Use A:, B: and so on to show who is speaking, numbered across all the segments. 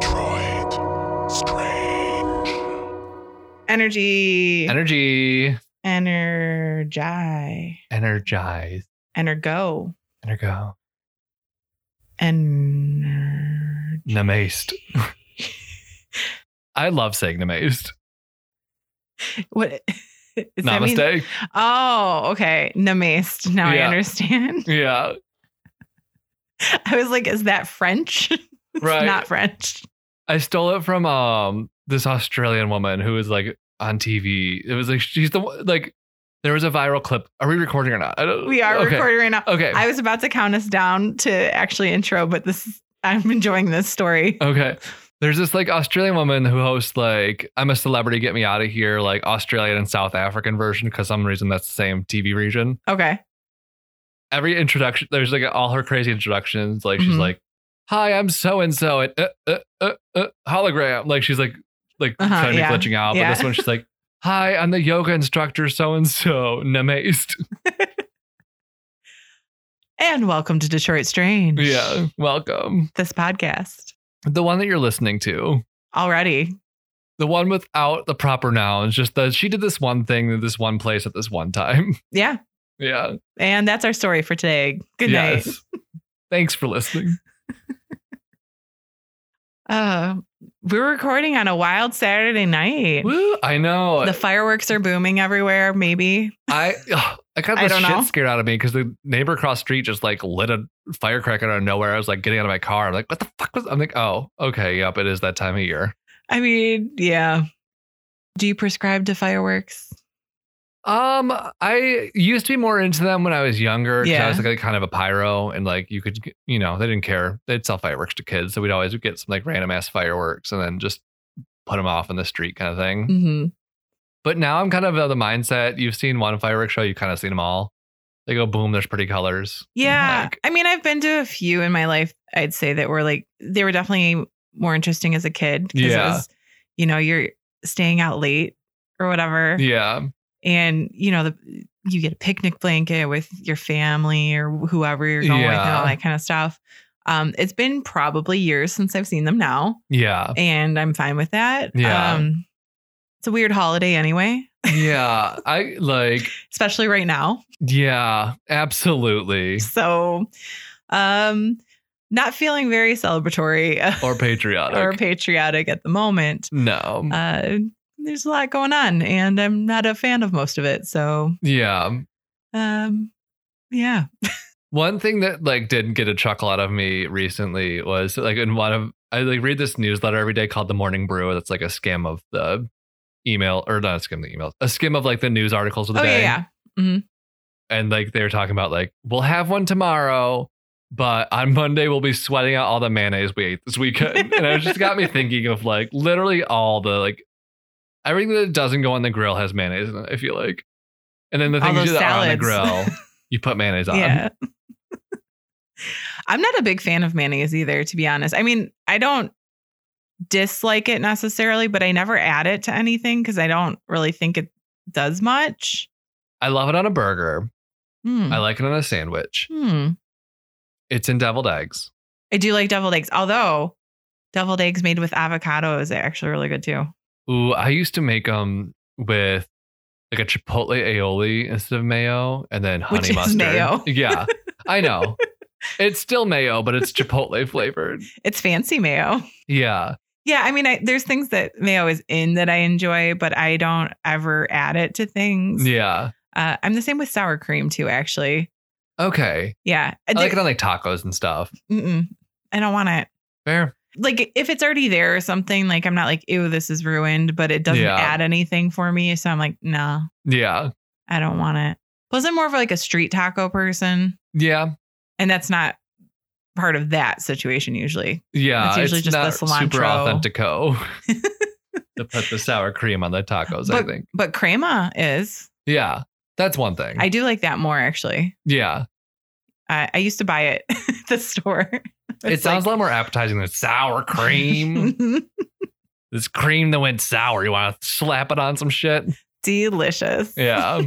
A: Detroit. Strange.
B: Energy.
C: Energy,
B: Energi.
C: energize,
B: Energo.
C: energo,
B: Ener-
C: namaced. I love saying namaced.
B: What? Does that mean-
C: Namaste.
B: Oh, okay. Namaste. Now I
C: Yeah.
B: understand.
C: Yeah.
B: I was like, is that French? it's
C: Right.
B: not French.
C: I stole it from um this Australian woman who was like on TV. It was like she's the one- like there was a viral clip. Are we recording or not? I don't,
B: We are
C: okay.
B: recording right now.
C: Okay.
B: I was about to count us down to actually intro, but this is- I'm enjoying this story.
C: okay. There's this like Australian woman who hosts like I'm a celebrity, get me out of here, like Australian and South African version because some reason that's the same TV region.
B: Okay.
C: every introduction there's like all her crazy introductions like she's
B: Mhm.
C: like hi i'm so and so and uh, uh, uh, uh, hologram like she's like like
B: Uh-huh,
C: trying to be
B: yeah.
C: glitching out but
B: Yeah.
C: this one she's like hi i'm the yoga instructor so and so namaced
B: And welcome to Detroit Strange.
C: yeah welcome
B: This podcast
C: the one that you're listening to
B: already.
C: the one without the proper nouns just that she did this one thing at this one place at this one time
B: Yeah.
C: yeah
B: And that's our story for today. Good night.
C: thanks for listening
B: Uh, we're recording on a wild Saturday night.
C: Woo, i know
B: The fireworks are booming everywhere, maybe.
C: I ugh, I got
B: I
C: this
B: don't
C: shit
B: know.
C: scared out of me because the neighbor across the street just like lit a firecracker out of nowhere. I was like getting out of my car. I'm like, what the fuck was? I'm like, oh, okay, yep, it is that time of year.
B: I mean, yeah. Do you prescribe to fireworks?
C: Um, I used to be more into them when I was younger. 'cause
B: Yeah.
C: I was like kind of a pyro, and like you could, you know, they didn't care. They'd sell fireworks to kids, so we'd always get some like random ass fireworks and then just put them off in the street kind of thing.
B: Mm-hmm.
C: But now I'm kind of of the mindset. You've seen one fireworks show, you've kind of seen them all. They go boom. There's pretty colors.
B: Yeah.
C: Like,
B: I mean, I've been to a few in my life, I'd say that were like, they were definitely more interesting as a kid. 'cause it
C: Yeah.
B: was, you know, you're staying out late or whatever.
C: yeah.
B: And, you know, the, you get a picnic blanket with your family or whoever you're going with and
C: Yeah.
B: all that kind of stuff. Um, it's been probably years since I've seen them now,
C: Yeah.
B: and I'm fine with that.
C: Yeah.
B: Um, it's a weird holiday anyway,
C: yeah i like
B: especially right now.
C: yeah absolutely
B: So, um, not feeling very celebratory
C: or patriotic
B: or patriotic at the moment.
C: no
B: Uh, there's a lot going on, and I'm not a fan of most of it. So,
C: yeah
B: um, yeah.
C: one thing that like didn't get a chuckle out of me recently was like in one of i like read this newsletter every day called the morning brew that's like a skim of the email or not a skim of the emails a skim of like the news articles of the
B: Oh, yeah,
C: day
B: yeah.
C: and like they were talking about like we'll have one tomorrow but on monday we'll be sweating out all the mayonnaise we ate this weekend and it just got me thinking of like literally all the like everything that doesn't go on the grill has mayonnaise in it i feel like and then the
B: All
C: things
B: those
C: that are on the
B: salads.
C: grill you put mayonnaise on
B: Yeah. I'm not a big fan of mayonnaise either, to be honest. I mean, I don't dislike it necessarily, but I never add it to anything because I don't really think it does much.
C: i love it on a burger
B: Hmm.
C: i like it on a sandwich
B: Hmm.
C: it's in deviled eggs
B: I do like deviled eggs, although deviled eggs made with avocado is actually really good too.
C: ooh i used to make them with like a chipotle aioli instead of mayo and then honey
B: Which is
C: mustard
B: mayo.
C: yeah i know It's still mayo, but it's chipotle flavored.
B: It's fancy mayo.
C: Yeah.
B: Yeah, I mean, I, there's things that mayo is in that I enjoy, but I don't ever add it to things.
C: Yeah.
B: Uh, I'm the same with sour cream too, actually.
C: Okay.
B: Yeah, I,
C: I like it on like tacos and stuff.
B: mm-mm. I don't want it.
C: Fair.
B: like if it's already there or something, like I'm not like, ew, this is ruined, but it doesn't
C: Yeah.
B: add anything for me. So I'm like, nah,
C: Yeah.
B: I don't want it. Plus, I'm more of like a street taco person,
C: Yeah.
B: and that's not part of that situation usually.
C: Yeah.
B: It's usually just the
C: super
B: cilantro.
C: authentico to put the sour cream on the tacos, I think.
B: But crema is.
C: Yeah. That's one thing.
B: I do like that more actually.
C: yeah.
B: I, I used to buy it at the store.
C: It sounds a lot more appetizing than sour cream. this cream that went sour. You want to slap it on some shit?
B: Delicious.
C: Yeah.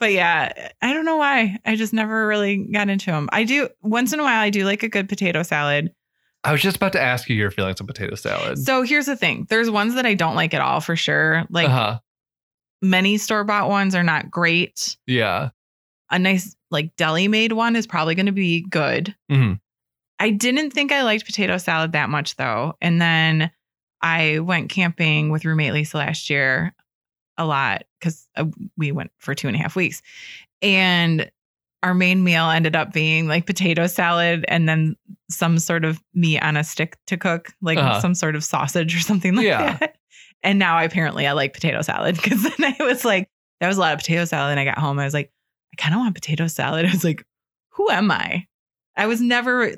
B: But yeah, I don't know why. I just never really got into them. I do once in a while I do like a good potato salad.
C: I was just about to ask you your feelings on potato salad.
B: So here's the thing. There's ones that I don't like at all for sure. Like
C: uh-huh.
B: many store-bought ones are not great.
C: Yeah.
B: A nice like deli-made one is probably going to be good.
C: Mhm.
B: I didn't think I liked potato salad that much though. And then I went camping with roommate Lisa last year a lot because uh, we went for two and a half weeks. And our main meal ended up being like potato salad and then some sort of meat on a stick to cook, like
C: Uh-huh.
B: some sort of sausage or something like
C: Yeah.
B: that. And now apparently I like potato salad because then I was like, that was a lot of potato salad. And I got home, I was like, I kind of want potato salad. I was like, who am I? I was never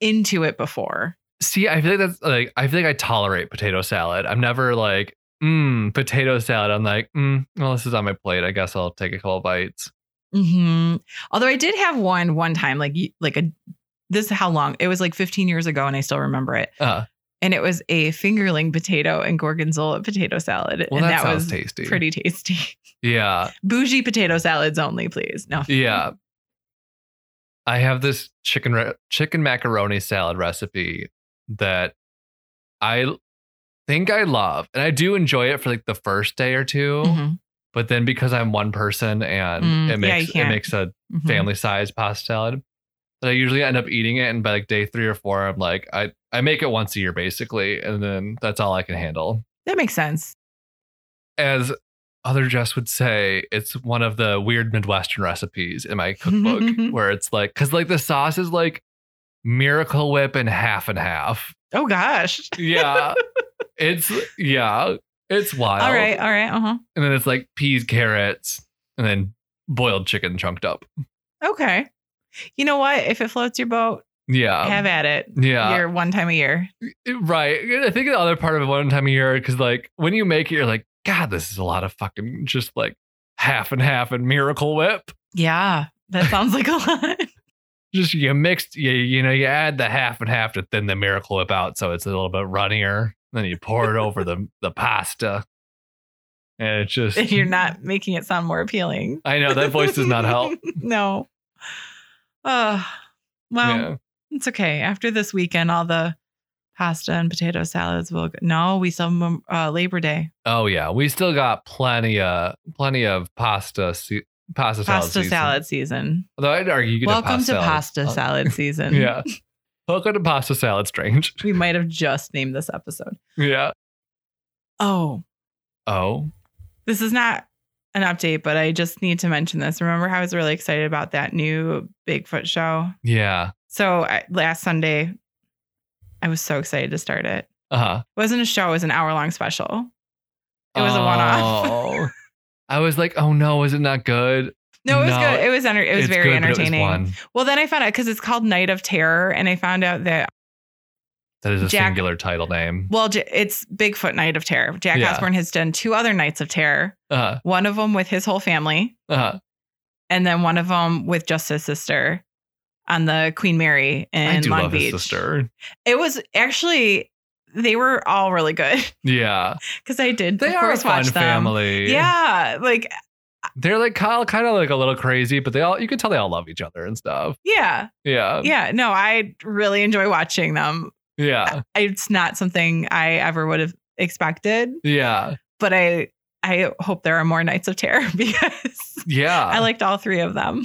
B: into it before.
C: See, I feel like that's like I feel like I tolerate potato salad. I'm never like, mmm, potato salad. I'm like, mm, well, this is on my plate. I guess I'll take a couple bites. Mm-hmm.
B: hmm Although I did have one one time, like y- like a this is how long it was like 15 years ago, and I still remember it.
C: Uh,
B: And it was a fingerling potato and gorgonzola potato salad,
C: well,
B: and
C: that,
B: that,
C: sounds
B: was
C: tasty.
B: pretty tasty.
C: Yeah,
B: Bougie potato salads only, please. No,
C: yeah. I have this chicken re- chicken macaroni salad recipe that I l- think I love, and I do enjoy it for like the first day or 2
B: Mhm,
C: But then because I'm one person and
B: Mm,
C: it
B: yeah, you
C: makes it
B: can't.
C: makes a
B: mhm.
C: family size pasta salad that I usually end up eating it. And by like day three or four, I'm like, I, I make it once a year basically. And then that's all I can handle.
B: That makes sense.
C: As other Jess would say, it's one of the weird Midwestern recipes in my cookbook where it's like, cause like the sauce is like Miracle Whip and half and half.
B: Oh gosh.
C: Yeah. it's, yeah, it's wild.
B: All right. All right. Uh huh.
C: And then it's like peas, carrots, and then boiled chicken chunked up.
B: Okay. You know what? If it floats your boat,
C: Yeah.
B: have at it.
C: Um, yeah. Eh,
B: You're one time a year.
C: Right. I think the other part of it one time a year, because like when you make it, you're like, God, this is a lot of fucking just like half and half and miracle whip.
B: Yeah, that sounds like a lot.
C: Just you mixed, you, you know, you add the half and half to thin the miracle whip out so it's a little bit runnier. Then you pour it over the, the pasta. And it's just,
B: You're not making it sound more appealing.
C: I know that voice does not help.
B: no. Oh, well,
C: yeah.
B: it's okay. After this weekend, all the pasta and potato salads will. Go. No, we still have uh, Labor Day
C: Oh, yeah. We still got plenty of, plenty of pasta, se- pasta, salad.
B: pasta
C: season.
B: salad season.
C: Although I'd argue you could have
B: Welcome to
C: salad.
B: pasta
C: Uh, Oh,
B: salad season.
C: Yeah. Welcome to pasta salad, strange.
B: we might have just named this episode.
C: Yeah.
B: Oh,
C: Oh,
B: this is not an update, but I just need to mention this. Remember how I was really excited about that new Bigfoot show?
C: yeah.
B: So I, last Sunday, I was so excited to start it.
C: Uh huh.
B: It wasn't a show, it was an hour long special. It was a one off.
C: Oh. I was like, oh no, is it not good?
B: No, it was
C: No,
B: good. It was enter- it was
C: It's
B: very
C: good, but it was
B: entertaining.
C: one.
B: well, then I found out because it's called Night of Terror, and I found out that
C: That is a
B: Jack-
C: singular title name.
B: well, J- it's Bigfoot Night of Terror. Jack
C: Yeah.
B: Osborne has done two other nights of terror.
C: Uh
B: One of them with his whole family,
C: huh. Uh-huh.
B: and then one of them with just his sister on the Queen Mary in
C: I do
B: Long
C: love
B: Beach.
C: his sister.
B: It was actually they were all really good
C: Yeah,
B: because I did
C: they
B: of
C: are a
B: course
C: fun
B: watch them.
C: family.
B: Yeah, like
C: they're like Kyle, kind of like a little crazy, but they all you can tell they all love each other and stuff.
B: yeah,
C: Yeah,
B: yeah. No, I really enjoy watching them.
C: yeah,
B: It's not something I ever would have expected,
C: yeah,
B: but I I hope there are more nights of terror because
C: yeah.
B: I liked all three of them.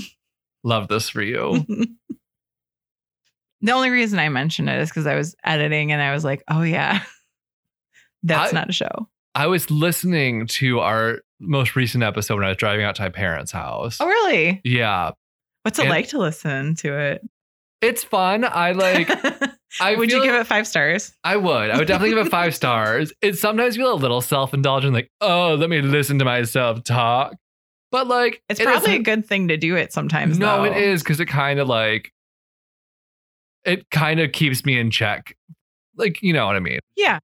C: love this for you.
B: the only reason I mentioned it is because I was editing and I was like, oh yeah, that's
C: I-
B: not a show.
C: I was listening to our most recent episode when I was driving out to my parents' house.
B: Oh really?
C: Yeah,
B: What's it
C: And-
B: like to listen to it?
C: it's fun. I like. I
B: would you
C: feel
B: give it five stars?
C: I would. I would definitely give it five stars. It sometimes feel a little self indulgent, like, oh, let me listen to myself talk. But like,
B: It's
C: it
B: probably a
C: isn't-
B: good thing to do it sometimes.
C: no,
B: though.
C: it is because it kind of like, it kind of keeps me in check. Like, you know what I mean?
B: Yeah.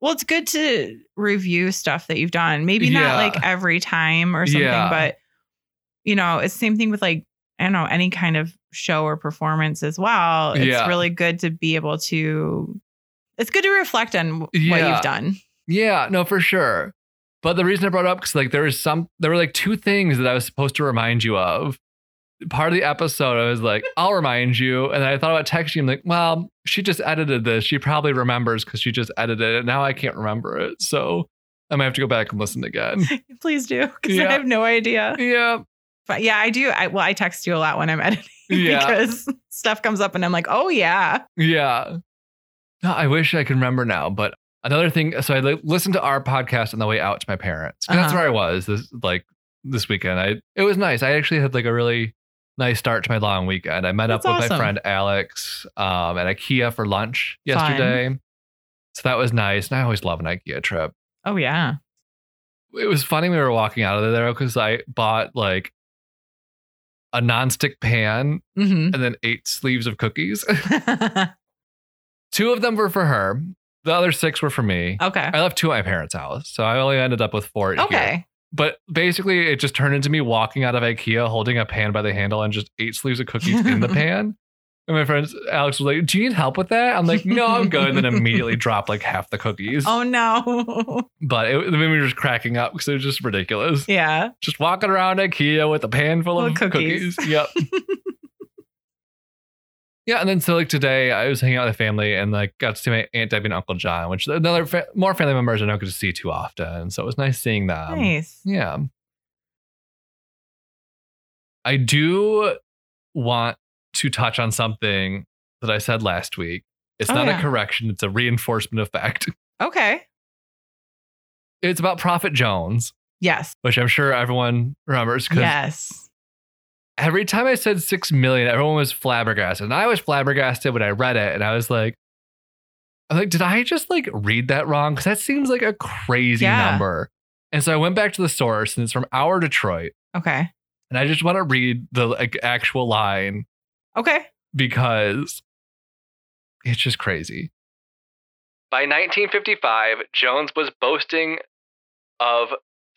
B: Well, it's good to review stuff that you've done. Maybe
C: Yeah.
B: not like every time or something,
C: Yeah.
B: but you know, it's the same thing with like, I don't know, any kind of show or performance as well. It's
C: Yeah.
B: really good to be able to it's good to reflect on wh- what
C: Yeah.
B: you've done.
C: Yeah, no, for sure. But the reason I brought it up because like there was some there were like two things that I was supposed to remind you of. Part of the episode, I was like, I'll remind you. And then I thought about texting him, like, well, she just edited this. She probably remembers because she just edited it. Now I can't remember it. So I might have to go back and listen again.
B: Please do, because
C: Yeah.
B: I have no idea.
C: yeah.
B: But yeah, I do. I, well, I text you a lot when I'm editing
C: Yeah.
B: because stuff comes up and I'm like, oh yeah,
C: Yeah. No, I wish I could remember now. But another thing, so I li- listened to our podcast on the way out to my parents. 'Cause That's
B: Uh-huh.
C: where I was this like this weekend. I it was nice. I actually had like a really nice start to my long weekend. I met
B: That's
C: up with my
B: awesome.
C: friend Alex um, at IKEA for lunch yesterday. So that was nice. And I always love an IKEA trip.
B: oh yeah.
C: It was funny we were walking out of there because I bought like a nonstick pan
B: hmm
C: and then eight sleeves of cookies. Two of them were for her. The other six were for me.
B: okay.
C: I left two at my parents' house, so I only ended up with four. here.
B: Okay.
C: But basically, it just turned into me walking out of IKEA holding a pan by the handle and just eight sleeves of cookies in the pan. And my friends, Alex was like, Do you need help with that? I'm like, No, I'm good. And then immediately dropped like half the cookies.
B: Oh no.
C: But it, then we were just cracking up because it was just ridiculous.
B: yeah.
C: Just walking around IKEA with a pan full of
B: Little
C: cookies.
B: cookies.
C: Yep. yeah, and then so like today, I was hanging out with family and like got to see my aunt Debbie and Uncle John, which another fa- more family members I don't get to see too often. So it was nice seeing them.
B: nice.
C: Yeah. I do want to touch on something that I said last week. It's
B: Oh,
C: not a
B: yeah.
C: correction; it's a reinforcement of fact.
B: Okay.
C: It's about Prophet Jones,
B: Yes.
C: which I'm sure everyone remembers because
B: Yes.
C: every time I said six million, everyone was flabbergasted. And I was flabbergasted when I read it. And I was like, I'm like, did I just like read that wrong? Because that seems like a crazy
B: Yeah.
C: number. And so I went back to the source and it's from Our Detroit.
B: Okay.
C: And I just want to read the like actual line
B: Okay.
C: because it's just crazy. By 1955, Jones was boasting of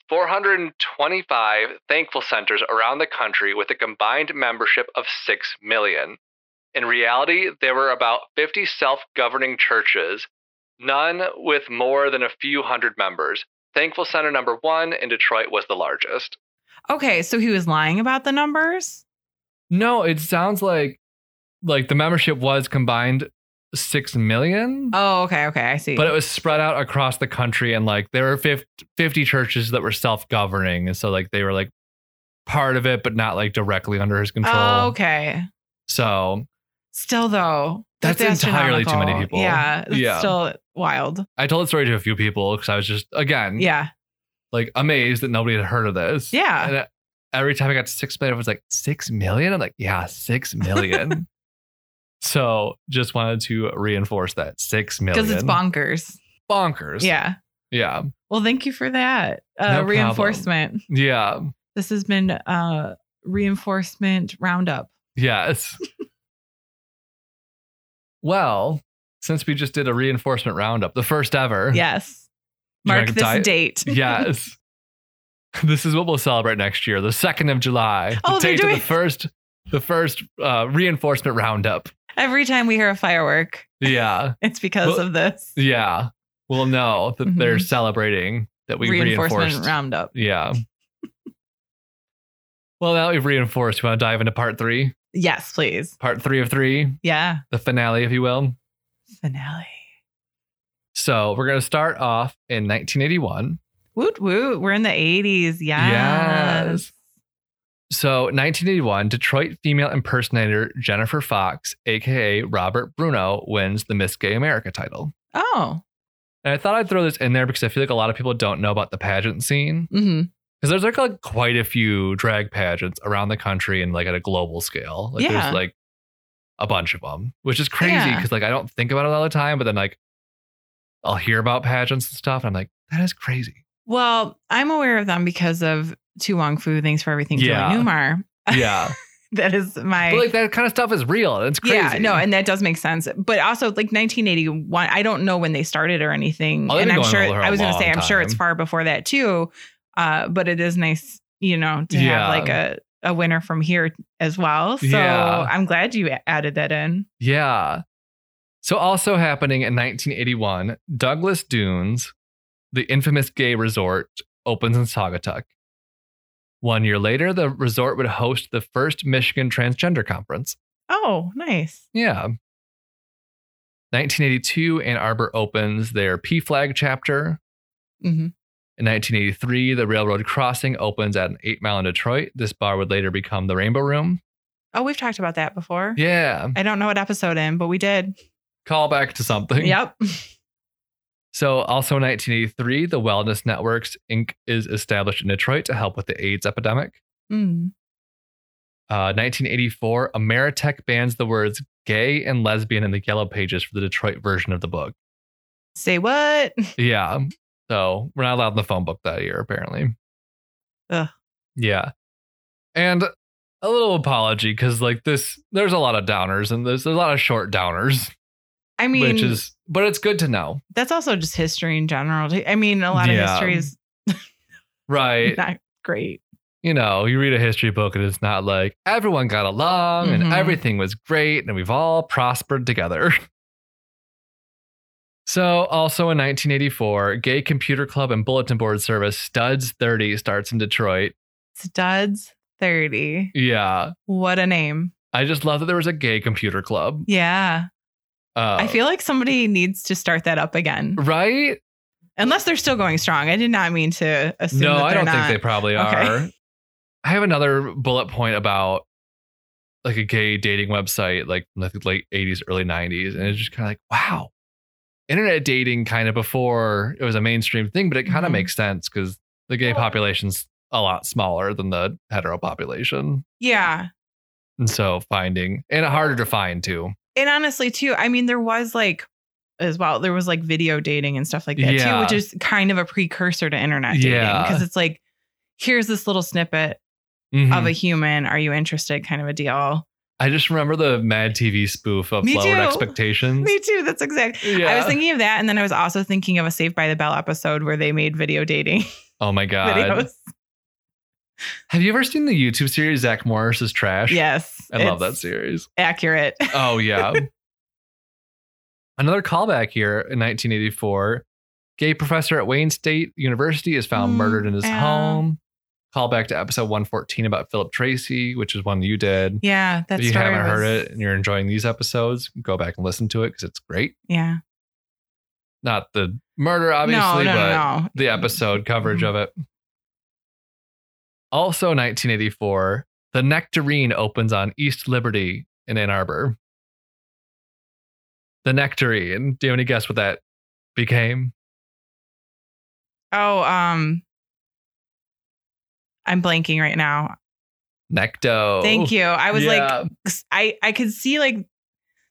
C: 425 thankful centers around the country with a combined membership of 6 million. In reality, there were about 50 self governing churches, none with more than a few hundred members. Thankful Center number one in Detroit was the largest.
B: Okay. So he was lying about the numbers.
C: No, it sounds like like the membership was combined six million,
B: Oh, okay. Okay. I see.
C: but it was spread out across the country, and like there were 50, 50 churches that were self governing, and so like they were like part of it, but not like directly under his control.
B: oh, okay.
C: So
B: Still though.
C: That's entirely too many
B: astronomical.
C: people.
B: Yeah. That's
C: Yeah. Mm-hmm.
B: Still wild.
C: I told the story to a few people because I was just again
B: Yeah.
C: like amazed that nobody had heard of this.
B: Yeah.
C: And uh, every time I got to six million, I was like, six million? I'm like, yeah, six million. so just wanted to reinforce that six million.
B: Because it's bonkers.
C: bonkers.
B: Yeah.
C: Yeah.
B: Well, thank you for that
C: No
B: uh,
C: problem.
B: reinforcement.
C: Yeah.
B: This has been uh, reinforcement roundup.
C: Yes. well, since we just did a reinforcement roundup, the first ever.
B: Yes.
C: Do you wanna
B: Mark this
C: dive-
B: date.
C: yes. This is what we'll celebrate next year, the second of July.
B: Oh,
C: the
B: they're
C: date of
B: doing-
C: the first the first uh, reinforcement roundup.
B: Every time we hear a firework,
C: Yeah.
B: it's because
C: Well,
B: of this
C: Yeah. We'll know that they're
B: Mhm.
C: celebrating that we
B: reinforcement
C: reinforced.
B: roundup.
C: yeah. well, now we've reinforced. You want to dive into part three?
B: Yes, please.
C: Part three of three,
B: Yeah.
C: the finale, if you will.
B: Finale.
C: So we're going to start off in 1981.
B: Woot woot. We're in the 80s. Yes.
C: Yes. So 1981, Detroit female impersonator Jennifer Fox, aka Robert Bruno, wins the Miss Gay America title.
B: Oh.
C: And I thought I'd throw this in there because I feel like a lot of people don't know about the pageant scene.
B: hmm
C: Because there's like, like quite a few drag pageants around the country and like at a global scale. Like
B: Yeah.
C: there's like a bunch of them, which is crazy
B: Yeah.
C: because like I don't think about it all the time, but then like I'll hear about pageants and stuff, and I'm like, that is crazy.
B: Well, I'm aware of them because of Tu Wong Fu, Thanks for Everything,
C: Yeah.
B: Joy Newmar.
C: Yeah.
B: That is my.
C: But like that kind of stuff is real. It's crazy.
B: Yeah, no, and that does make sense. But also, like 1981, I don't know when they started or anything.
C: Oh, they've
B: and
C: been
B: I'm
C: going
B: sure
C: all her
B: I was going to
C: long
B: say I'm sure it's
C: time.
B: far before that too. Uh, but it is nice, you know, to
C: Yeah.
B: have like a a winner from here as well. So
C: Yeah.
B: I'm glad you a- added that in.
C: yeah. So, also happening in 1981, Douglas Dunes, the infamous gay resort, opens in Saugatuck. One year later, the resort would host the first Michigan Transgender Conference.
B: Oh, nice.
C: Yeah. 1982, Ann Arbor opens their P Flag chapter.
B: hmm
C: In 1983, the railroad crossing opens at an eight mile in Detroit. This bar would later become the Rainbow Room.
B: Oh, we've talked about that before.
C: Yeah.
B: I don't know what episode in, but we did.
C: Call back to something.
B: Yep.
C: So, also in 1983, the Wellness Networks Inc. is established in Detroit to help with the AIDS epidemic.
B: Mm.
C: Uh, 1984, Ameritech bans the words gay and lesbian in the yellow pages for the Detroit version of the book.
B: Say what?
C: Yeah. So we're not allowed in the phone book that year, apparently.
B: Ugh.
C: Yeah. And a little apology because, like, this, there's a lot of downers and there's, there's a lot of short downers,
B: I mean,
C: which is, but it's good to know.
B: that's also just history in general. too. I mean, a lot of
C: Yeah.
B: history is
C: Right.
B: not great.
C: you know, you read a history book and it's not like everyone got along
B: Mhm.
C: and everything was great and we've all prospered together. So, also in 1984, Gay Computer Club and Bulletin Board Service Studs 30 starts in Detroit.
B: Studs 30.
C: Yeah.
B: What a name.
C: I just love that there was a gay computer club.
B: Yeah.
C: Uh,
B: I feel like somebody needs to start that up again.
C: right?
B: Unless they're still going strong. I did not mean to assume.
C: no,
B: that
C: I
B: they're
C: don't
B: not.
C: think they probably
B: Okay.
C: are. I have another bullet point about like a gay dating website, like from the late 80s, early 90s. And it's just kind of like, wow, internet dating kind of before it was a mainstream thing, but it kind of
B: Mhm.
C: makes sense because the gay population's a lot smaller than the hetero population.
B: Yeah.
C: And so finding, and harder to find too.
B: And honestly, too, I mean, there was like, as well, there was like video dating and stuff like that, too,
C: Yeah.
B: which is kind of a precursor to internet dating.
C: Yeah.
B: Because it's like, here's this little snippet of
C: Mhm.
B: a human. Are you interested? Kind of a deal.
C: I just remember the Mad TV spoof of
B: Me
C: Lowered
B: too.
C: Expectations.
B: Me too. That's exact. I was
C: Hmm. Yeah.
B: thinking of that. And then I was also thinking of a Saved by the Bell episode where they made video dating
C: Oh my God.
B: videos.
C: Have you ever seen the YouTube series Zach Morris is Trash?
B: Yes.
C: I love that
B: it's
C: series.
B: Accurate.
C: Oh yeah. Another callback here in 1984. Gay professor at Wayne State University is found
B: Mm,
C: murdered in his
B: yeah.
C: home. Callback to episode 114 about Philip Tracy, which is one you did.
B: Yeah. That's
C: if you haven't heard it and you're enjoying these episodes, go back and listen to it because it's great.
B: Yeah.
C: Not the murder, obviously,
B: no, no,
C: but
B: no.
C: the episode coverage of it. Also, 1984, the Nectarine opens on East Liberty in Ann Arbor. The Nectarine. Do you have any guess what that became?
B: Oh, um, I'm blanking right now.
C: Necto.
B: Thank you. I was like,
C: Oh, Yeah.
B: I I could see like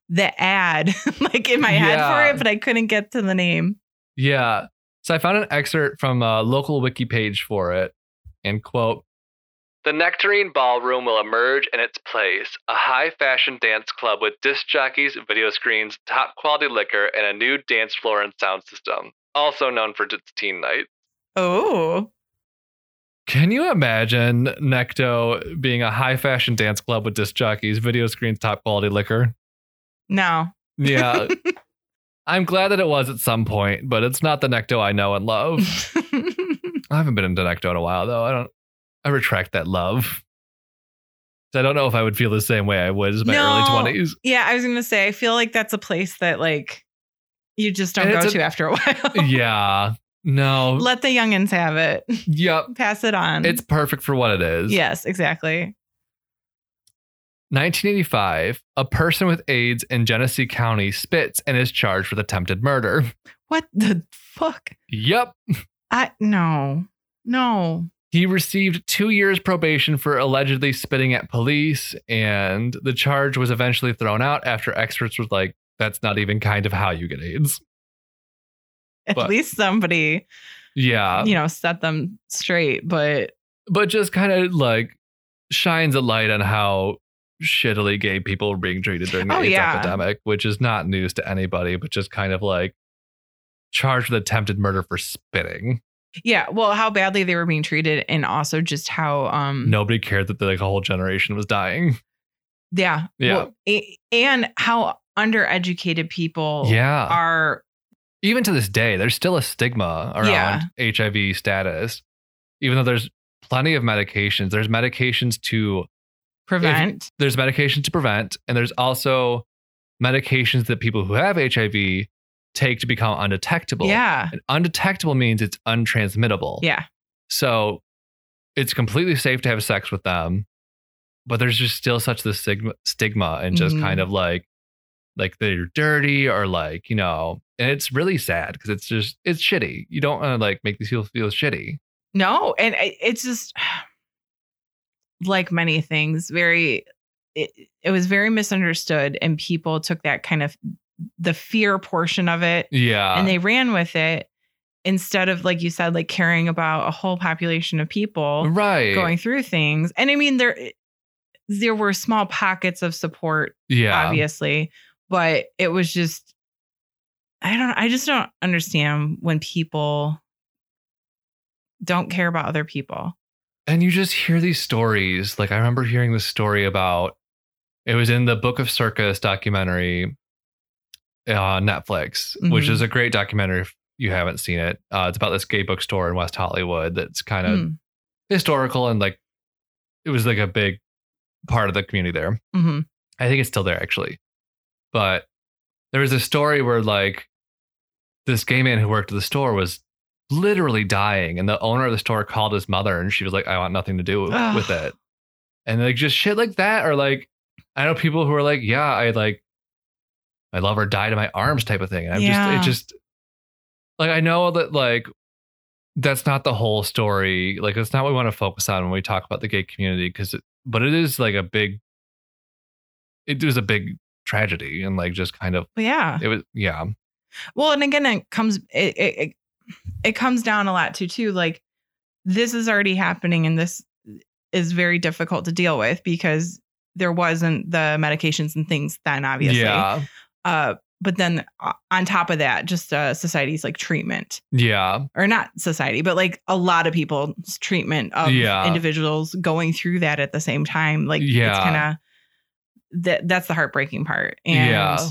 B: the ad like in my head
C: Yeah.
B: for it, but I couldn't get to the name.
C: Yeah. So I found an excerpt from a local wiki page for it and quote The Nectarine Ballroom will emerge in its place, a high fashion dance club with disc jockeys, video screens, top quality liquor, and a new dance floor and sound system, also known for its teen night.
B: Oh,
C: Can you imagine Necto being a high fashion dance club with disc jockeys, video screens, top quality liquor?
B: no.
C: Yeah. I'm glad that it was at some point, but it's not the Necto I know and love. I haven't been into Necto in a while though. I don't. I retract that love. 'Cause I don't know if I would feel the same way I was in my
B: No.
C: early twenties.
B: yeah, I was gonna say, I feel like that's a place that like you just don't
C: And
B: go
C: it's a-
B: to after a while.
C: yeah. No.
B: Let the youngins have it.
C: yep.
B: Pass it on.
C: It's perfect for what it is.
B: yes, exactly.
C: 1985. A person with AIDS in Genesee County spits and is charged with attempted murder.
B: What the fuck?
C: Yep.
B: I no, no.
C: He received two years probation for allegedly spitting at police, and the charge was eventually thrown out after experts were like, "That's not even kind of how you get AIDS."
B: At
C: But-
B: least somebody,
C: Yeah.
B: you know, set them straight. But
C: but just kind of like shines a light on how shittily gay people were being treated during the
B: Oh,
C: AIDS
B: yeah.
C: epidemic, which is not news to anybody, but just kind of like charged with attempted murder for spitting.
B: yeah, well, how badly they were being treated, and also just how um
C: Nobody cared that the like, whole generation was dying.
B: yeah
C: Yeah.
B: Well, a- and how undereducated people
C: Yeah.
B: are
C: even to this day, there's still a stigma around
B: Yeah.
C: HIV status, even though there's plenty of medications. There's medications to
B: prevent.
C: there's medications to prevent, and there's also medications that people who have HIV take to become undetectable.
B: yeah.
C: And undetectable means it's untransmittable.
B: Yeah.
C: So it's completely safe to have sex with them, but there's just still such this stigma, stigma and just
B: Mhm.
C: kind of like, like they're dirty or like you know, and it's really sad because it's just it's shitty. You don't want to like make these people feel shitty.
B: No, and I- it's just like many things, very it, it was very misunderstood and people took that kind of the fear portion of it
C: Yeah,
B: and they ran with it instead of like you said like caring about a whole population of people
C: right.
B: going through things. And I mean there there were small pockets of support
C: yeah,
B: obviously, but it was just I don't I just don't understand when people don't care about other people.
C: and you just hear these stories. Like I remember hearing this story about it was in the Book of Circus documentary on Netflix, which
B: Mhm.
C: is a great documentary if you haven't seen it. Uh, it's about this gay bookstore in West Hollywood that's kind of
B: Mm,
C: historical and like it was like a big part of the community there.
B: mhm.
C: I think it's still there actually. But there was a story where like this gay man who worked at the store was literally dying and the owner of the store called his mother and she was like I want nothing to do
B: Ugh.
C: with it. And like just shit like that or like I know people who are like yeah, I like my lover died in my arms type of thing. And I'm just
B: Yeah.
C: it just like I know that like that's not the whole story. Like that's not what we want to focus on when we talk about the gay community because but it is like a big it was a big tragedy and like just kind of
B: But yeah.
C: it was yeah
B: Well, and again it comes it, it it it comes down a lot to too like this is already happening and this is very difficult to deal with because there wasn't the medications and things then obviously.
C: yeah
B: Uh but then uh, on top of that just uh society's like treatment
C: yeah
B: or not society, but like a lot of people's treatment of
C: Yeah.
B: individuals going through that at the same time. Like it's
C: Yeah.
B: kind of that that's the heartbreaking part. And
C: Yeah.
B: yeah.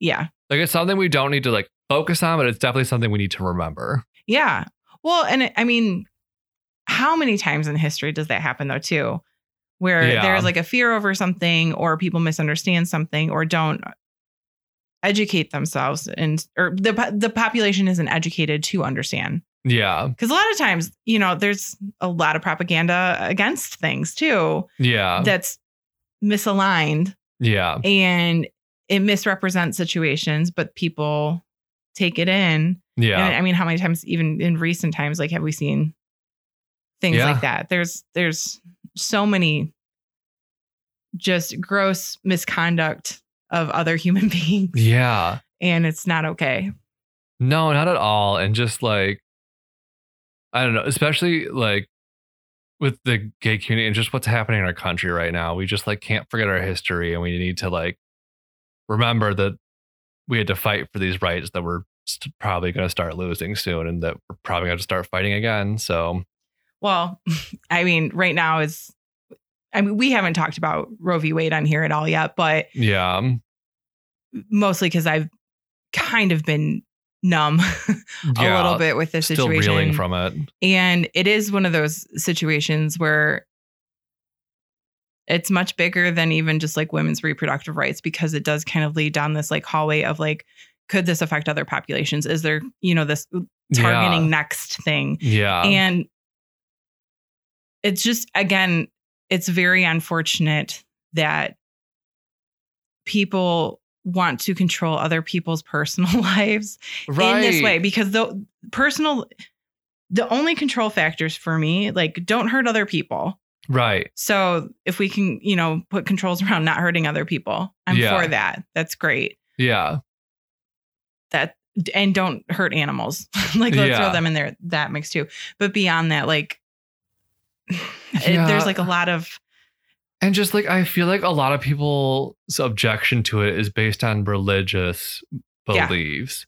B: Yeah.
C: like it's something we don't need to like focus on but it's definitely something we need to remember
B: Yeah. Well, and it, I mean, how many times in history does that happen though too? Where
C: Yeah.
B: there's like a fear over something or people misunderstand something or don't educate themselves and or the po- the population isn't educated to understand
C: yeah
B: because a lot of times you know there's a lot of propaganda against things too
C: yeah
B: that's misaligned
C: yeah
B: and it misrepresents situations but people take it in and
C: yeah
B: i mean how many times even in recent times like have we seen things
C: Yeah.
B: like that there's there's so many just gross misconduct of other human beings
C: yeah
B: and it's not okay
C: no not at all and just like i don't know especially like with the gay community and just what's happening in our country right now we just like can't forget our history and we need to like remember that we had to fight for these rights that we're st- probably going to start losing soon and that we're probably going to start fighting again so
B: Well, I mean, right now is, I mean, we haven't talked about Roe v. Wade on here at all yet, but
C: yeah um,
B: mostly because I've kind of been numb a
C: yeah,
B: little bit with this
C: still
B: situation.
C: reeling from it
B: and it is one of those situations where it's much bigger than even just like women's reproductive rights because it does kind of lead down this like hallway of like, could this affect other populations? Is there, you know, this targeting next thing?
C: yeah yeah
B: and it's just again it's very unfortunate that people want to control other people's personal lives
C: right
B: in this way because the personal the only control factors for me like don't hurt other people
C: right
B: so if we can you know put controls around not hurting other people i'm
C: Yeah.
B: for that that's great
C: yeah
B: that and don't hurt animals. like let's
C: Yeah.
B: throw them in there that mix too. But beyond that, like it-
C: Yeah.
B: there's like a lot of
C: and just like i feel like a lot of people's objection to it is based on religious
B: Yeah.
C: beliefs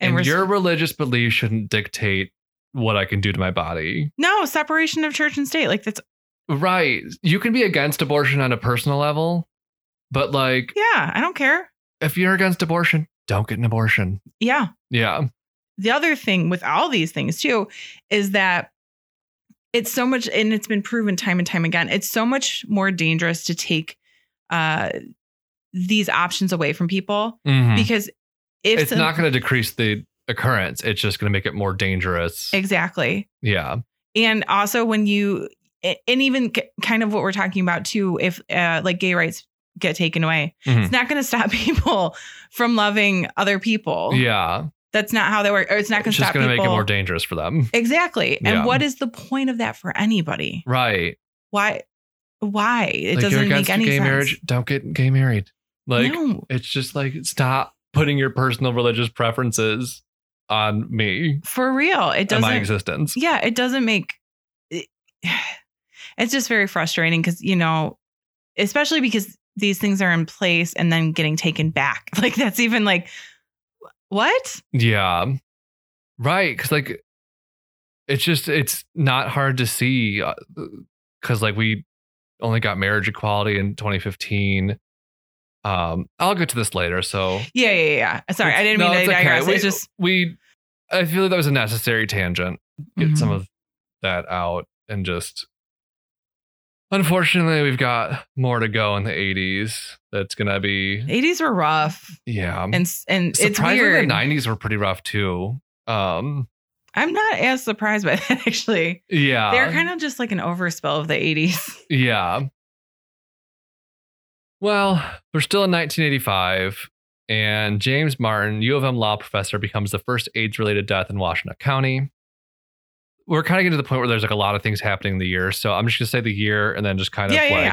B: and,
C: and
B: we're
C: your religious belief shouldn't dictate what i can do to my body
B: no separation of church and state. Like that's
C: right you can be against abortion on a personal level but like
B: yeah, I don't care.
C: if you're against abortion, don't get an abortion.
B: Yeah.
C: Yeah.
B: the other thing with all these things too is that it's so much and it's been proven time and time again it's so much more dangerous to take uh these options away from people
C: Mhm.
B: because if
C: It's
B: some-
C: not going to decrease the occurrence. It's just going to make it more dangerous.
B: exactly
C: yeah.
B: and also when you a- and even k- kind of what we're talking about too if uh, like gay rights get taken away
C: Mhm.
B: it's not going to stop people from loving other people
C: Yeah.
B: that's not how they work or it's not going
C: It's
B: to
C: just
B: stop
C: going to make
B: people
C: it more dangerous for them.
B: exactly
C: Yeah.
B: and what is the point of that for anybody
C: Right.
B: why why it
C: like you're
B: doesn't
C: against
B: make any
C: gay
B: sense
C: marriage, don't get gay married. Like
B: no
C: it's just like stop putting your personal religious preferences on me
B: for real it
C: and
B: doesn't
C: my existence.
B: yeah it doesn't make it, it's just very frustrating because you know especially because these things are in place and then getting taken back like that's even like what
C: Yeah. Right. Cause like it's just, it's not hard to see. uh, Cause like we only got marriage equality in 2015. Um, I'll get to this later. So
B: yeah yeah yeah yeah. sorry i didn't
C: No,
B: mean to
C: it's okay.
B: digress
C: We,
B: it's just
C: we, I feel like that was a necessary tangent. Get
B: mm-hmm.
C: some of that out and just, unfortunately, we've got more to go in the 80s. That's going to be,
B: 80s were rough
C: yeah.
B: and s- and it's
C: Surprisingly,
B: weird
C: the 90s were pretty rough too. Um,
B: i'm not as surprised by that actually
C: yeah.
B: they're kind of just like an overspill of the 80s
C: Yeah. Well, we're still in 1985, and James Martin, U of M law professor, becomes the first AIDS related death in Washington County. We're kind of getting to the point where there's like a lot of things happening in the year. So I'm just going to say the year and then just kind of
B: yeah yeah
C: like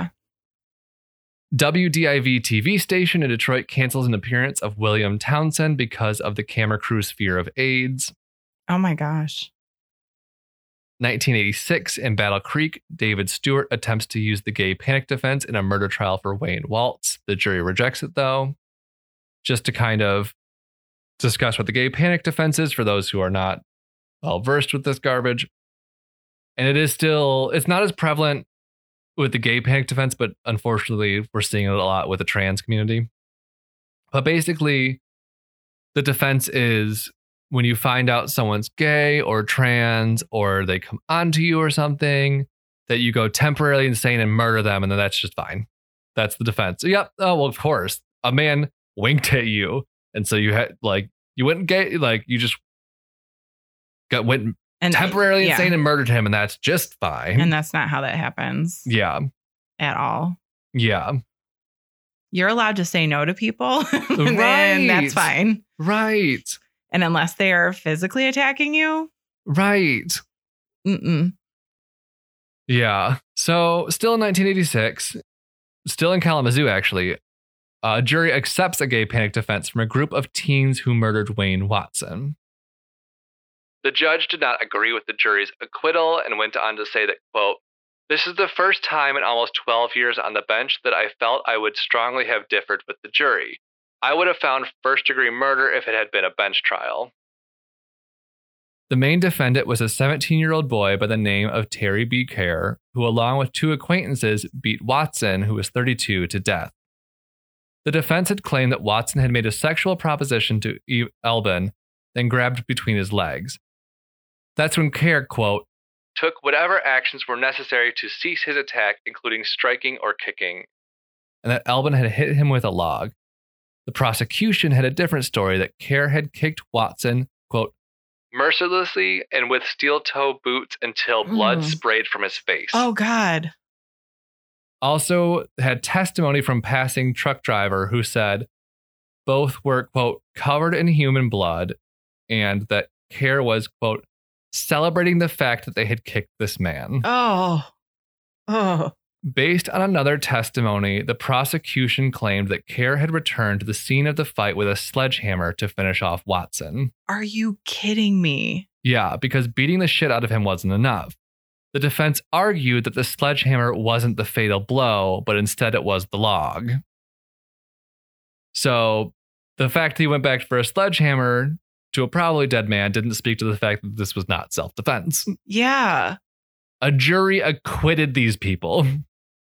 B: yeah
C: WDIV TV station in Detroit cancels an appearance of William Townsend because of the camera crew's fear of AIDS.
B: oh my gosh
C: 1986 in Battle Creek, David Stewart attempts to use the gay panic defense in a murder trial for Wayne Waltz. The jury rejects it, though. Just to kind of discuss what the gay panic defense is for those who are not well versed with this garbage. And it is still, it's not as prevalent with the gay panic defense, but unfortunately, we're seeing it a lot with the trans community. But basically, the defense is when you find out someone's gay or trans or they come onto you or something, that you go temporarily insane and murder them, and then that's just fine. That's the defense. Yep. Oh well, of course. A man winked at you, and so you had like you went gay, like you just got went
B: and
C: temporarily
B: yeah.
C: insane and murdered him, and that's just fine.
B: and that's not how that happens
C: yeah,
B: at all
C: yeah,
B: you're allowed to say no to people, and then
C: Right.
B: that's fine.
C: right,
B: And unless they are physically attacking you,
C: right.
B: mm-mm.
C: Yeah. So, still in 1986, still in Kalamazoo, actually, a jury accepts a gay panic defense from a group of teens who murdered Wayne Watson. The judge did not agree with the jury's acquittal and went on to say that, quote, this is the first time in almost 12 years on the bench that I felt I would strongly have differed with the jury. I would have found first degree murder if it had been a bench trial. The main defendant was a 17 year old boy by the name of Terry B. Kerr, who, along with two acquaintances, beat Watson, who was 32, to death. The defense had claimed that Watson had made a sexual proposition to E- Elvin, then grabbed between his legs. That's when Kerr, quote, took whatever actions were necessary to cease his attack, including striking or kicking, and that Elvin had hit him with a log. The prosecution had a different story that Kerr had kicked Watson, quote, mercilessly and with steel toe boots until blood
B: Mm.
C: sprayed from his face.
B: oh God,
C: Also, had testimony from passing truck driver who said both were, quote, covered in human blood and that Care was, quote, celebrating the fact that they had kicked this man.
B: oh, oh,
C: Based on another testimony, the prosecution claimed that Kerr had returned to the scene of the fight with a sledgehammer to finish off Watson.
B: are you kidding me?
C: Yeah, because beating the shit out of him wasn't enough. The defense argued that the sledgehammer wasn't the fatal blow, but instead it was the log. So the fact that he went back for a sledgehammer to a probably dead man didn't speak to the fact that this was not self defense.
B: Yeah,
C: A jury acquitted these people.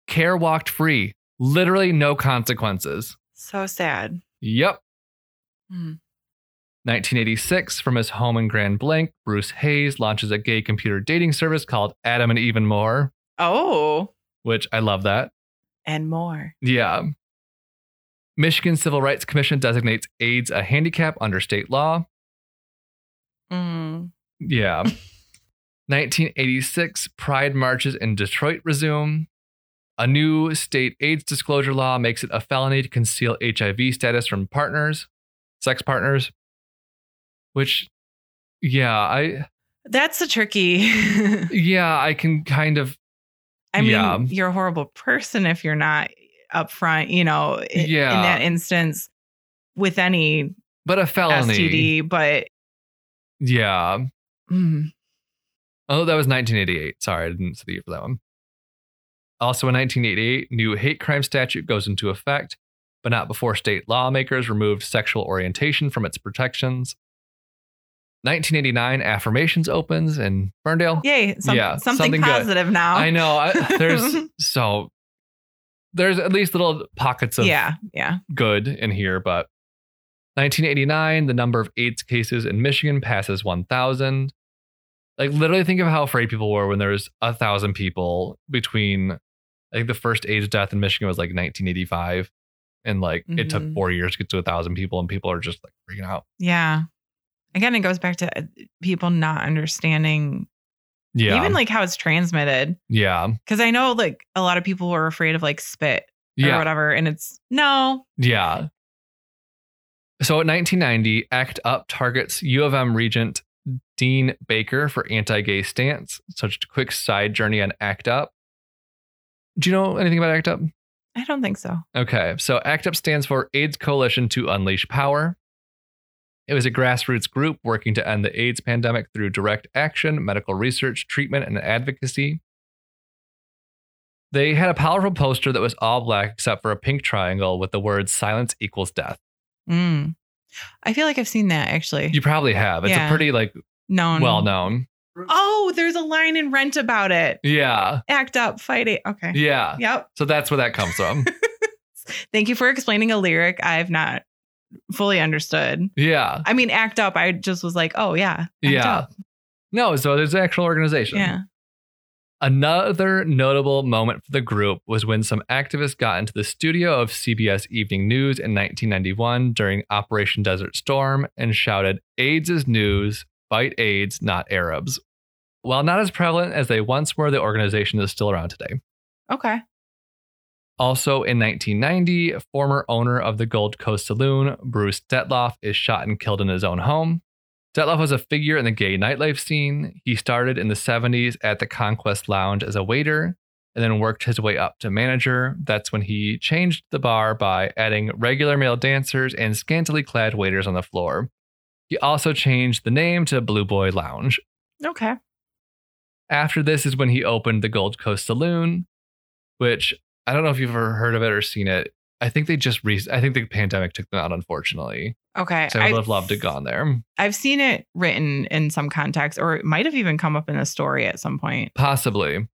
C: Care walked free, literally no consequences.
B: so sad.
C: Yep.
B: Hmm.
C: 1986, from his home in Grand Blanc, Bruce Hayes launches a gay computer dating service called Adam and Even More,
B: Oh,
C: which I love that.
B: and more.
C: Yeah. Michigan Civil Rights Commission designates AIDS a handicap under state law.
B: Mm.
C: Yeah. 1986, Pride marches in Detroit resume. A new state AIDS disclosure law makes it a felony to conceal HIV status from partners, sex partners, which, yeah, I,
B: That's a tricky.
C: yeah, I can kind of,
B: I mean,
C: Yeah.
B: you're a horrible person if you're not upfront, you know, i- in
C: Yeah.
B: that instance with any
C: but a felony.
B: STD, but
C: Yeah.
B: mm,
C: Oh, that was 1988. Sorry, I didn't see the year for that one. Also in 1988, new hate crime statute goes into effect, but not before state lawmakers removed sexual orientation from its protections. 1989, affirmations opens in Ferndale.
B: yay, some,
C: Yeah,
B: something,
C: something good.
B: positive now.
C: I know. I, there's so there's at least little pockets of
B: yeah, yeah.
C: good in here, but 1989, the number of AIDS cases in Michigan passes 1,000. Like, literally, think of how afraid people were when there was a thousand people between. I think the first AIDS death in Michigan was like 1985, and like it took
B: Mhm.
C: four years to get to a thousand people, and people are just like freaking out.
B: Yeah. Again, it goes back to uh, people not understanding
C: Yeah,
B: even like how it's transmitted.
C: yeah,
B: Cause I know like a lot of people were afraid of like spit or
C: yeah.
B: whatever. And it's no.
C: Yeah. So in 1990, ACT UP targets U of M Regent Dean Baker for anti gay stance. So just a quick side journey on ACT UP. Do you know anything about ACT UP?
B: I don't think so.
C: Okay. So ACT UP stands for AIDS Coalition to Unleash Power. It was a grassroots group working to end the AIDS pandemic through direct action, medical research, treatment, and advocacy. They had a powerful poster that was all black except for a pink triangle with the words silence equals death.
B: Mm. I feel like I've seen that actually.
C: You probably have. It's
B: Yeah.
C: a pretty like
B: known.
C: well known.
B: Oh, there's a line in Rent about it.
C: Yeah.
B: Act up, fight it. Okay.
C: Yeah.
B: Yep.
C: So that's where that comes from.
B: Thank you for explaining a lyric I've not fully understood.
C: yeah.
B: I mean, act up. I just was like, oh yeah. Act
C: Yeah.
B: up.
C: No, so there's an actual organization.
B: Yeah.
C: Another notable moment for the group was when some activists got into the studio of CBS Evening News in 1991 during Operation Desert Storm and shouted, AIDS is news, fight AIDS, not Arabs. While not as prevalent as they once were, the organization is still around today.
B: Okay.
C: Also in 1990, former owner of the Gold Coast Saloon, Bruce Detloff, is shot and killed in his own home. Detloff was a figure in the gay nightlife scene. He started in the 70s at the Conquest Lounge as a waiter and then worked his way up to manager. That's when he changed the bar by adding regular male dancers and scantily clad waiters on the floor. He also changed the name to Blue Boy Lounge.
B: Okay.
C: After this is when he opened the Gold Coast Saloon, which I don't know if you've ever heard of it or seen it. I think they just re- I think the pandemic took them out, unfortunately.
B: Okay.
C: So I would have loved to gone there.
B: I've seen it written in some context, or it might have even come up in a story at some point.
C: Possibly.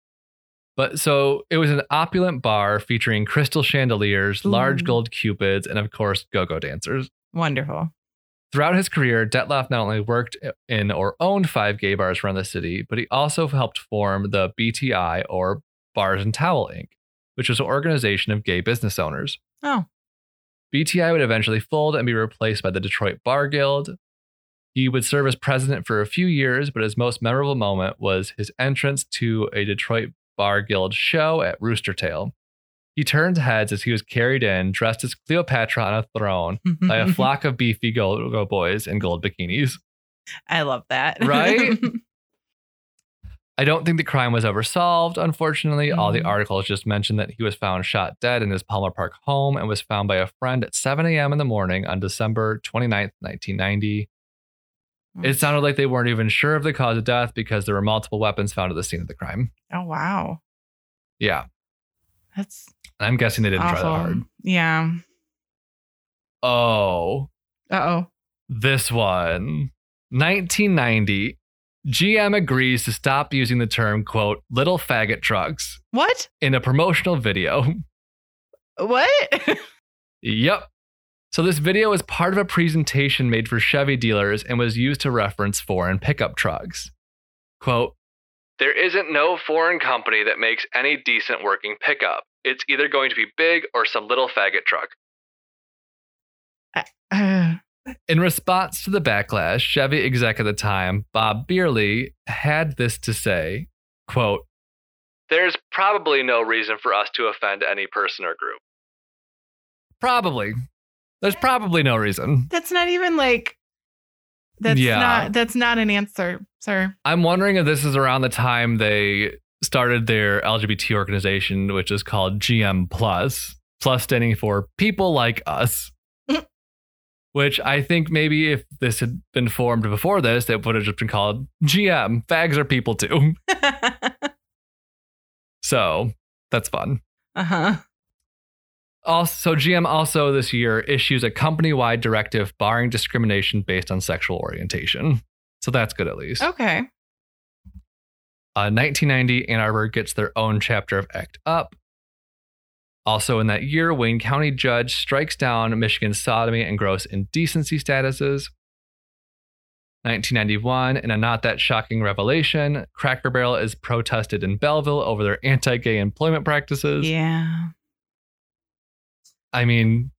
C: But so it was an opulent bar featuring crystal chandeliers, large
B: Ooh.
C: gold cupids, and of course, go-go dancers.
B: Wonderful.
C: Throughout his career, Detloff not only worked in or owned five gay bars around the city, but he also helped form the BTI or Bars and Towel Inc., which was an organization of gay business owners.
B: Oh.
C: BTI would eventually fold and be replaced by the Detroit Bar Guild. He would serve as president for a few years, but his most memorable moment was his entrance to a Detroit Bar Guild show at Rooster Tail. He turned heads as he was carried in, dressed as Cleopatra on a throne, by
B: Mm-hmm.
C: a flock of beefy go-go boys in gold bikinis.
B: I love that.
C: Right? I don't think the crime was ever solved, unfortunately. All the
B: Mhm.
C: articles just mentioned that he was found shot dead in his Palmer Park home and was found by a friend at 7 a.m. in the morning on December 29th, 1990.
B: Mm.
C: It sounded like they weren't even sure of the cause of death because there were multiple weapons found at the scene of the crime.
B: oh wow,
C: Yeah.
B: that's
C: I'm guessing they didn't
B: awful.
C: try that hard.
B: Yeah.
C: Oh,
B: Uh oh.
C: this one. 1990. GM agrees to stop using the term, quote, little faggot trucks
B: What?
C: in a promotional video.
B: What?
C: yep. So this video is part of a presentation made for Chevy dealers and was used to reference foreign pickup trucks. Quote, there isn't no foreign company that makes any decent working pickup. It's either going to be big or some little faggot truck.
B: Uh,
C: In response to the backlash, Chevy exec at the time, Bob Beerley, had this to say, quote, There's probably no reason for us to offend any person or group. Probably. There's probably no reason.
B: that's not even like that's
C: Yeah.
B: not that's not an answer, sir.
C: I'm wondering if this is around the time they started their LGBT organization, which is called GM Plus, plus standing for people like us. which I think maybe if this had been formed before this, it would have just been called GM. Fags are people too.
B: uh-huh.
C: So that's fun.
B: Uh-huh.
C: Also, so GM also this year issues a company-wide directive barring discrimination based on sexual orientation. So that's good at least.
B: Okay.
C: Uh, 1990, Ann Arbor gets their own chapter of ACT UP. Also in that year, Wayne County judge strikes down Michigan's sodomy and gross indecency statuses. 1991, in a not that shocking revelation, Cracker Barrel is protested in Belleville over their anti gay employment practices.
B: Yeah.
C: I mean,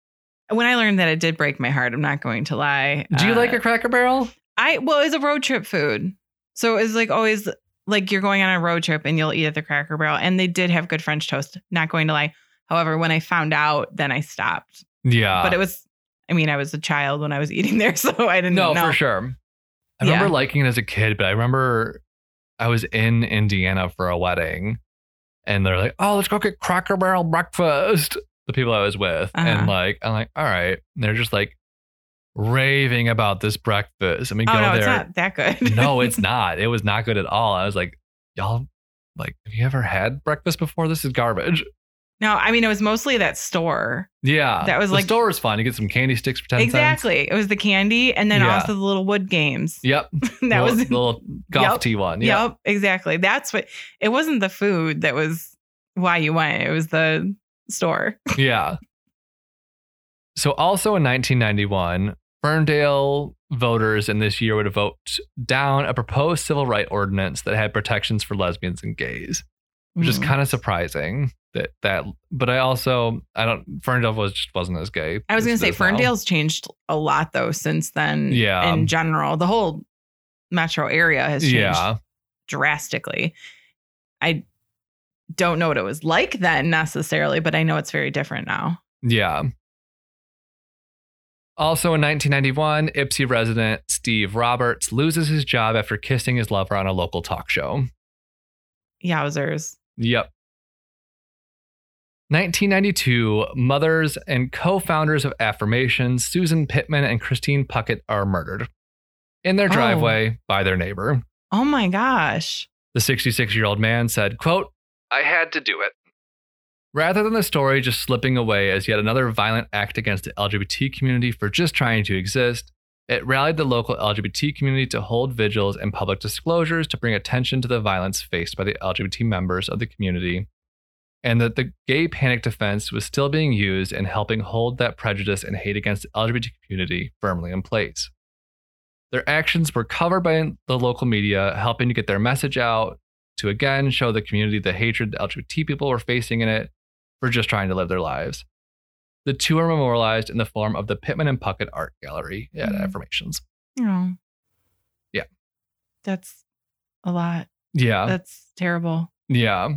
B: When I learned that it did break my heart, I'm not going to lie.
C: do you
B: Uh,
C: like a Cracker Barrel?
B: I well, it's a road trip food, so it's like always like you're going on a road trip and you'll eat at the Cracker Barrel, and they did have good French toast. Not going to lie. However, when I found out, then I stopped.
C: Yeah.
B: but it was, I mean, I was a child when I was eating there, so I didn't
C: no,
B: know.
C: for sure. I
B: Yeah.
C: remember liking it as a kid, but I remember I was in Indiana for a wedding and they're like, oh, let's go get Cracker Barrel breakfast. The people I was with. And
B: Uh-huh.
C: like, I'm like, all right. And they're just like raving about this breakfast. And we
B: Oh
C: go
B: no, it's
C: there.
B: not that good.
C: no, it's not. It was not good at all. I was like, y'all, like, have you ever had breakfast before? This is garbage.
B: no. I mean, it was mostly that store.
C: Yeah.
B: That was
C: the
B: like-
C: store was fun. You get some candy sticks for 10 cents.
B: exactly. It was the candy, and then
C: Yeah.
B: also the little wood games.
C: Yep.
B: that
C: little,
B: was
C: little golf
B: Yep.
C: tee one.
B: Yep. exactly. That's what it wasn't the food that was why you went. It was the store.
C: yeah. So also in 1991, Ferndale voters in this year would vote down a proposed civil rights ordinance that had protections for lesbians and gays, which is
B: Mm.
C: kind of surprising that that. But I also I don't Ferndale was just wasn't as gay.
B: I was going
C: as
B: to
C: it
B: say
C: is now.
B: Ferndale's changed a lot though since then.
C: Yeah. um,
B: In general, the whole metro area has changed
C: Yeah,
B: drastically. I don't know what it was like then necessarily, but I know it's very different now.
C: yeah. Also in 1991, Ipsy resident Steve Roberts loses his job after kissing his lover on a local talk show.
B: Yowzers.
C: Yep. 1992, mothers and co founders of Affirmation, Susan Pittman and Christine Puckett, are murdered in their
B: Oh.
C: driveway by their neighbor.
B: Oh my gosh.
C: The 66 year old man said, quote, I had to do it. Rather than the story just slipping away as yet another violent act against the LGBT community for just trying to exist, it rallied the local LGBT community to hold vigils and public disclosures to bring attention to the violence faced by the LGBT members of the community, and that the gay panic defense was still being used in helping hold that prejudice and hate against the LGBT community firmly in place. Their actions were covered by the local media, helping to get their message out to again show the community the hatred the LGBT people were facing in it for just trying to live their lives. The two are memorialized in the form of the Pittman and Puckett Art Gallery at
B: Mhm.
C: Affirmations.
B: Oh.
C: Yeah. Um,
B: That's a lot.
C: Yeah.
B: That's terrible.
C: Yeah.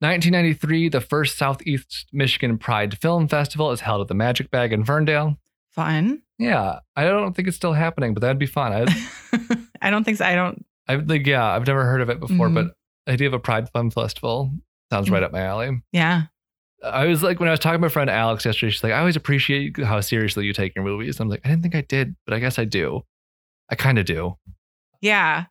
C: 1993, the first Southeast Michigan Pride Film Festival is held at the Magic Bag in Ferndale.
B: Fun.
C: Yeah, I don't think it's still happening, but that'd be fun. I,
B: I don't think so. I don't
C: I like, yeah, I've never heard of it before,
B: Mhm.
C: but the idea of a Pride Film Festival sounds right up my alley.
B: Yeah.
C: I was like, when I was talking to my friend Alex yesterday, she's like, I always appreciate how seriously you take your movies. I'm like, I didn't think I did, but I guess I do. I kind of do.
B: Yeah.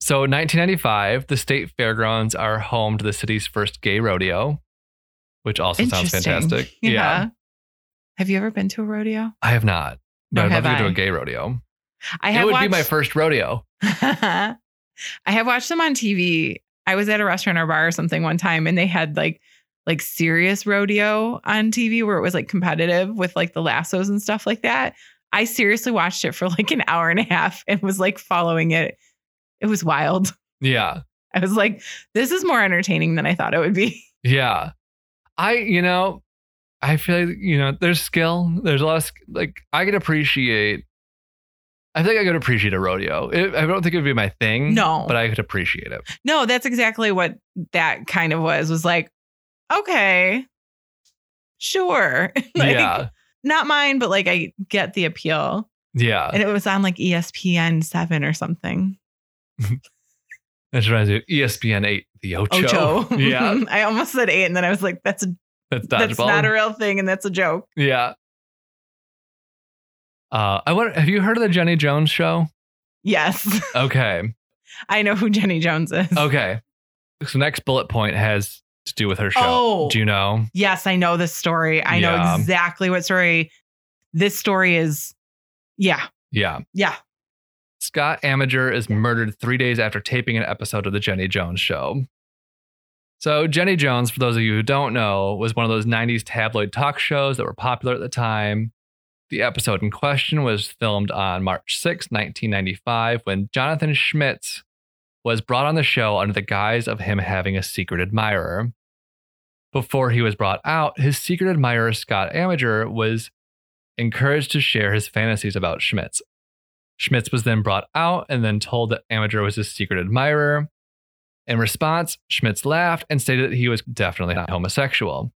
C: So, 1995, the state fairgrounds are home to the city's first gay rodeo, which also sounds
B: Interesting.
C: fantastic.
B: Yeah. Have you ever been to a rodeo?
C: I have not. But
B: Nor
C: I'd love
B: have
C: to go to
B: I.
C: a gay rodeo.
B: I
C: It
B: have
C: would
B: watched,
C: be my first rodeo.
B: I have watched them on TV. I was at a restaurant or bar or something one time and they had like like serious rodeo on TV where it was like competitive with like the lassos and stuff like that. I seriously watched it for like an hour and a half and was like following it. It was wild.
C: Yeah.
B: I was like, this is more entertaining than I thought it would be.
C: Yeah. I, you know, I feel like, you know, there's skill. There's a lot of, sk- like, I could appreciate, I think I could appreciate a rodeo. It, I don't think it would be my thing.
B: No.
C: But I could appreciate it.
B: No, that's exactly what that kind of was. Was like, okay, sure. like,
C: yeah.
B: Not mine, but like I get the appeal.
C: Yeah.
B: And it was on like E ESPN 7 or something.
C: That reminds me of ESPN 8, the Ocho.
B: Ocho.
C: Yeah.
B: I almost said 8 and then I was like, that's a,
C: That's dodgeball.
B: that's not a real thing and that's a joke.
C: yeah. Uh, I wonder, have you heard of the Jenny Jones show?
B: Yes.
C: Okay.
B: I know who Jenny Jones is.
C: Okay. So next bullet point has to do with her show.
B: Oh.
C: Do you know?
B: Yes, I know this story. I know
C: Yeah.
B: exactly what story. This story is, yeah,
C: Yeah.
B: yeah.
C: Scott Amager is murdered three days after taping an episode of the Jenny Jones show. So Jenny Jones, for those of you who don't know, was one of those 90s tabloid talk shows that were popular at the time. The episode in question was filmed on March 6, 1995, when Jonathan Schmitz was brought on the show under the guise of him having a secret admirer. Before he was brought out, his secret admirer, Scott Amager, was encouraged to share his fantasies about Schmitz. Schmitz was then brought out and then told that Amager was his secret admirer. In response, Schmitz laughed and stated that he was definitely not homosexual.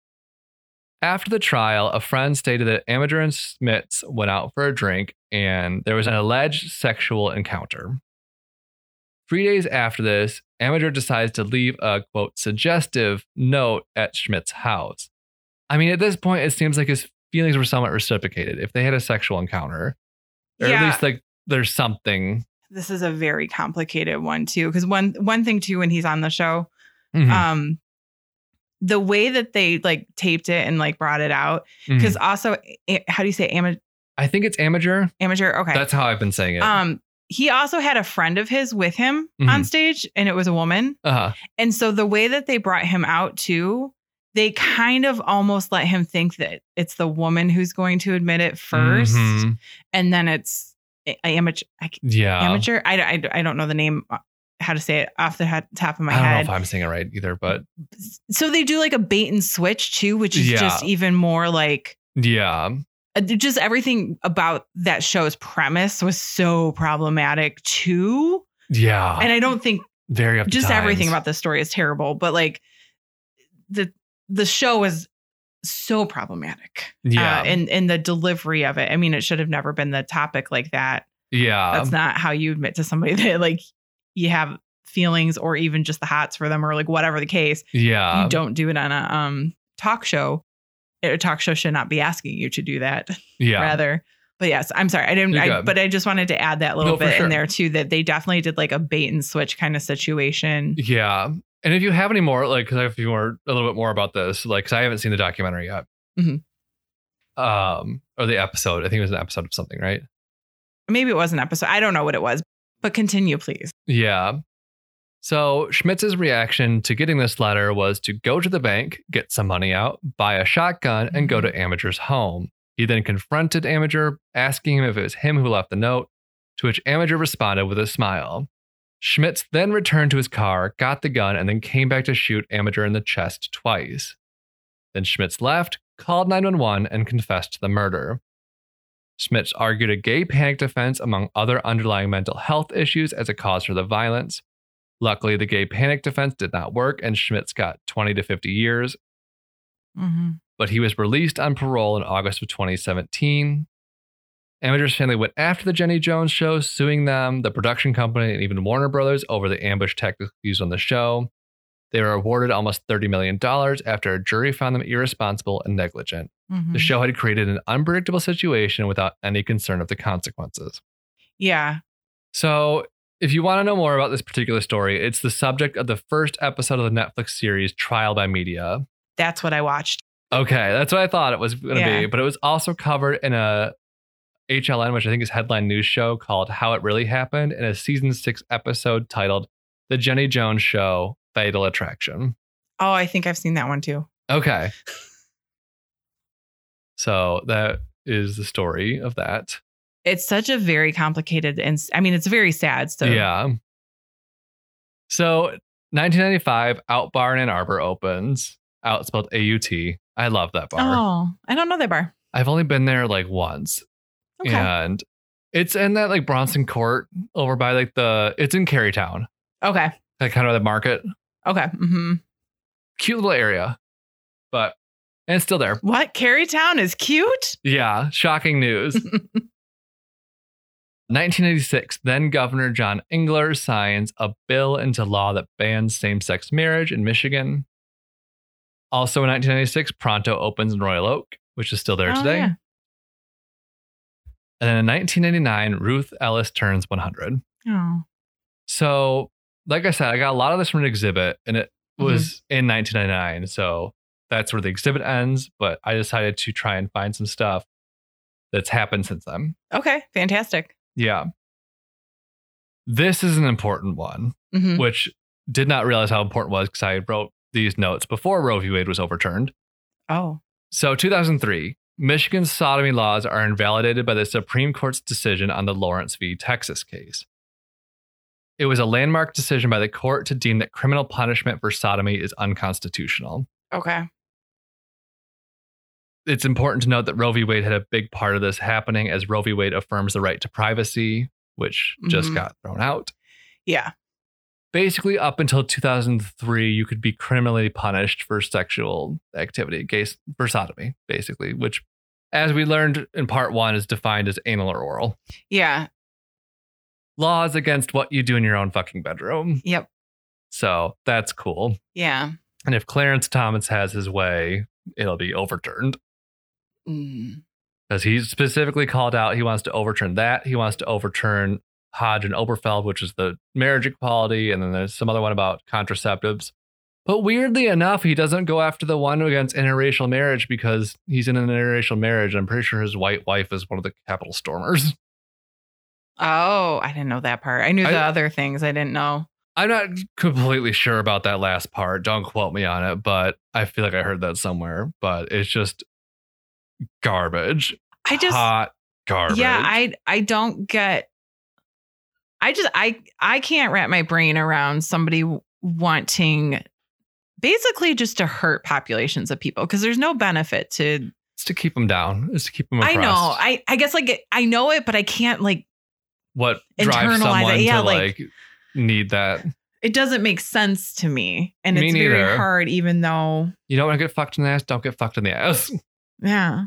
C: After the trial, a friend stated that Amager and Schmitz went out for a drink and there was an alleged sexual encounter. Three days after this, Amager decides to leave a quote suggestive note at Schmidt's house. I mean, at this point, it seems like his feelings were somewhat reciprocated if they had a sexual encounter, or at
B: Yeah.
C: least like there's something.
B: This is a very complicated one too, because one one thing too when he's on the show,
C: Mm-hmm. Hmm.
B: um, the way that they like taped it and like brought it out,
C: Mhm.
B: because also a- how do you say ama-
C: I think it's amateur.
B: amateur? Okay,
C: That's how I've been saying it.
B: um, he also had a friend of his with him on
C: Mhm.
B: stage, and it was a woman.
C: uh-huh.
B: And so the way that they brought him out too, they kind of almost let him think that it's the woman who's going to admit it 1st
C: Mhm.
B: and then it's a- amateur. I, c-
C: Yeah.
B: amateur. I, I, I don't know the name, uh, how to say it off the head, top of my
C: I don't
B: head.
C: know if I'm saying it right either, but
B: so they do like a bait and switch too, which is
C: Yeah.
B: just even more like
C: yeah.
B: uh, just everything about that show's premise was so problematic too.
C: Yeah.
B: And I don't think
C: Very up to
B: just
C: times.
B: everything about this story is terrible but like the the show is so problematic
C: Yeah.
B: uh, and and the delivery of it i mean it should have never been the topic like that
C: Yeah.
B: that's not how you admit to somebody that like you have feelings or even just the hots for them or like whatever the case
C: yeah.
B: you don't do it on a um talk show a talk show should not be asking you to do that
C: yeah.
B: rather. But yes, I'm sorry. I didn't,
C: You're
B: I,
C: good.
B: but I just wanted to add that little
C: No, for
B: bit
C: sure.
B: in there too that they definitely did like a bait and switch kind of situation.
C: Yeah. And if you have any more, like, because I have a few more, a little bit more about this, like, 'cause I haven't seen the documentary yet.
B: Mhm.
C: Um, or the episode. I think it was an episode of something, right?
B: Maybe it was an episode. I don't know what it was, but continue, please.
C: Yeah. So Schmitz's reaction to getting this letter was to go to the bank, get some money out, buy a shotgun, and go to Amager's home. He then confronted Amager, asking him if it was him who left the note, to which Amager responded with a smile. Schmitz then returned to his car, got the gun, and then came back to shoot Amager in the chest twice. Then Schmitz left, called 911, and confessed to the murder. Schmitz argued a gay panic defense among other underlying mental health issues as a cause for the violence. Luckily, the gay panic defense did not work, and Schmitz got 20 to 50 years, but he was released on parole in August of 2017. Amateur's family went after the Jenny Jones show, suing them, the production company, and even Warner Brothers over the ambush tactics used on the show. They were awarded almost $30 million after a jury found them irresponsible and negligent.
B: Mm-hmm.
C: The show had created an unpredictable situation without any concern of the consequences.
B: Yeah.
C: So, if you want to know more about this particular story, it's the subject of the first episode of the Netflix series Trial by Media.
B: That's what I watched.
C: Okay, that's what I thought it was going to
B: Yeah.
C: be, but it was also covered in a HLN, which I think is headline news show called How It Really Happened, in a season six episode titled The Jenny Jones Show Fatal Attraction.
B: Oh, I think I've seen that one too.
C: Okay. so that is the story of that.
B: It's such a very complicated and I mean it's very sad. So
C: Yeah. So 1995, Out Bar in Ann Arbor opens. Out spelled A U T. I love that bar.
B: Oh, I don't know that bar.
C: I've only been there like once,
B: Okay.
C: and it's in that like Bronson Court over by like the. It's in Carytown,
B: Okay.
C: like kind of the market.
B: Okay. hmm
C: Cute little area, but and it's still there.
B: What? Carytown is cute.
C: Yeah, shocking news. 1986, then Governor John Engler signs a bill into law that bans same sex marriage in Michigan. Also in 1996, Pronto opens in Royal Oak, which is still there
B: Oh,
C: today.
B: yeah.
C: And then in 1999, Ruth Ellis turns 100.
B: Oh.
C: So, like I said, I got a lot of this from an exhibit and it
B: Mm-hmm.
C: was in 1999. So that's where the exhibit ends. But I decided to try and find some stuff that's happened since then.
B: Okay. Fantastic.
C: Yeah. This is an important one,
B: hmm
C: which did not realize how important it was because I wrote these notes before Roe v. Wade was overturned.
B: Oh.
C: So, 2003, Michigan's sodomy laws are invalidated by the Supreme Court's decision on the Lawrence v. Texas case. It was a landmark decision by the court to deem that criminal punishment for sodomy is unconstitutional.
B: Okay.
C: It's important to note that Roe v. Wade had a big part of this happening, as Roe v. Wade affirms the right to privacy, which just
B: Mhm.
C: got thrown out.
B: Yeah.
C: basically up until 2003 you could be criminally punished for sexual activity gay for sodomy basically which as we learned in part one is defined as anal or oral
B: Yeah.
C: laws against what you do in your own fucking bedroom
B: Yep.
C: so that's cool
B: Yeah.
C: and if clarence thomas has his way it'll be overturned
B: Mm.
C: because he specifically called out he wants to overturn that he wants to overturn hodge and oberfeld which is the marriage equality and then there's some other one about contraceptives but weirdly enough he doesn't go after the one against interracial marriage because he's in an interracial marriage i'm pretty sure his white wife is one of the capital stormers
B: Oh, I didn't know that part. I knew the
C: I-
B: other things. I didn't know.
C: i'm not completely sure about that last part don't quote me on it but i feel like i heard that somewhere but it's just garbage
B: I just
C: hot garbage
B: Yeah, I I don't get I just I I can't wrap my brain around somebody w- wanting basically just to hurt populations of people because there's no benefit to
C: it's to keep them down it's to keep them
B: I
C: oppressed.
B: know. I I guess like I know it but I can't like
C: what drives
B: Internalize
C: someone
B: it. Yeah,
C: to like,
B: like-
C: need that.
B: it doesn't make sense to me and
C: Me
B: it's
C: neither.
B: very hard even though
C: You don't want to get fucked in the ass, don't get fucked in the ass.
B: yeah.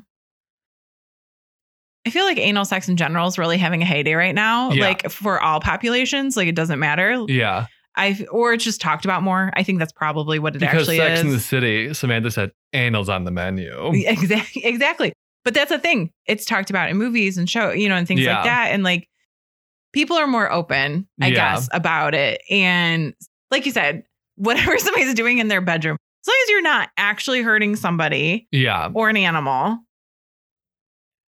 B: I feel like anal sex in general is really having a heyday right now.
C: Yeah.
B: Like for all populations, like it doesn't matter.
C: Yeah.
B: I or it's just talked about more. I think that's probably what it
C: because
B: actually
C: Sex
B: is.
C: in the City, Samantha said anal's on the menu.
B: Exactly. Exactly. But that's the thing. It's talked about in movies and show, you know, and things
C: Yeah.
B: like that. And like people are more open, I
C: Yeah.
B: guess, about it. And like you said, whatever somebody's doing in their bedroom, as long as you're not actually hurting somebody
C: Yeah.
B: or an animal,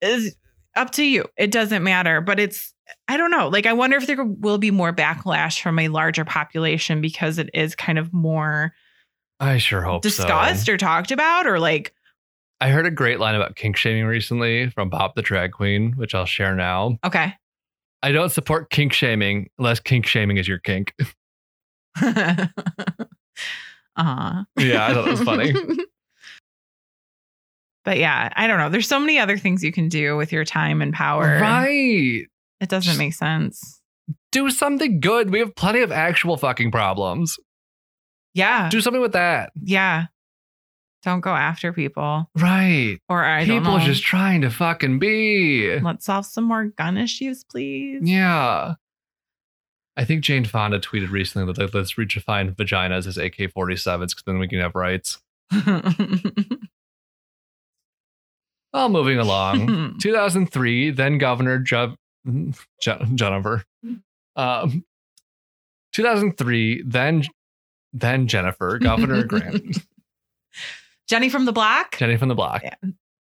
B: is up to you. It doesn't matter. But it's I don't know. Like I wonder if there will be more backlash from a larger population because it is kind of more
C: I sure hope
B: discussed
C: so.
B: or talked about or like
C: I heard a great line about kink shaming recently from Bob the Drag Queen, which I'll share now.
B: okay.
C: I don't support kink shaming unless kink shaming is your kink.
B: Uh-huh. uh
C: yeah, I thought that was funny.
B: but yeah, I don't know. There's so many other things you can do with your time and power.
C: Right.
B: It doesn't make sense.
C: Do something good. We have plenty of actual fucking problems.
B: Yeah.
C: Do something with that.
B: Yeah. Don't go after people.
C: Right.
B: Or I don't
C: People
B: know.
C: are just trying to fucking be.
B: Let's solve some more gun issues, please.
C: Yeah. I think Jane Fonda tweeted recently that like, let's redefine vaginas as AK 47s because then we can have rights. Well, moving along. 2003, then Governor Jov- Jo- Jennifer. Um, 2003, then then Jennifer, Governor Grant,
B: Jenny from the Block.
C: Jenny from the Block.
B: Yeah.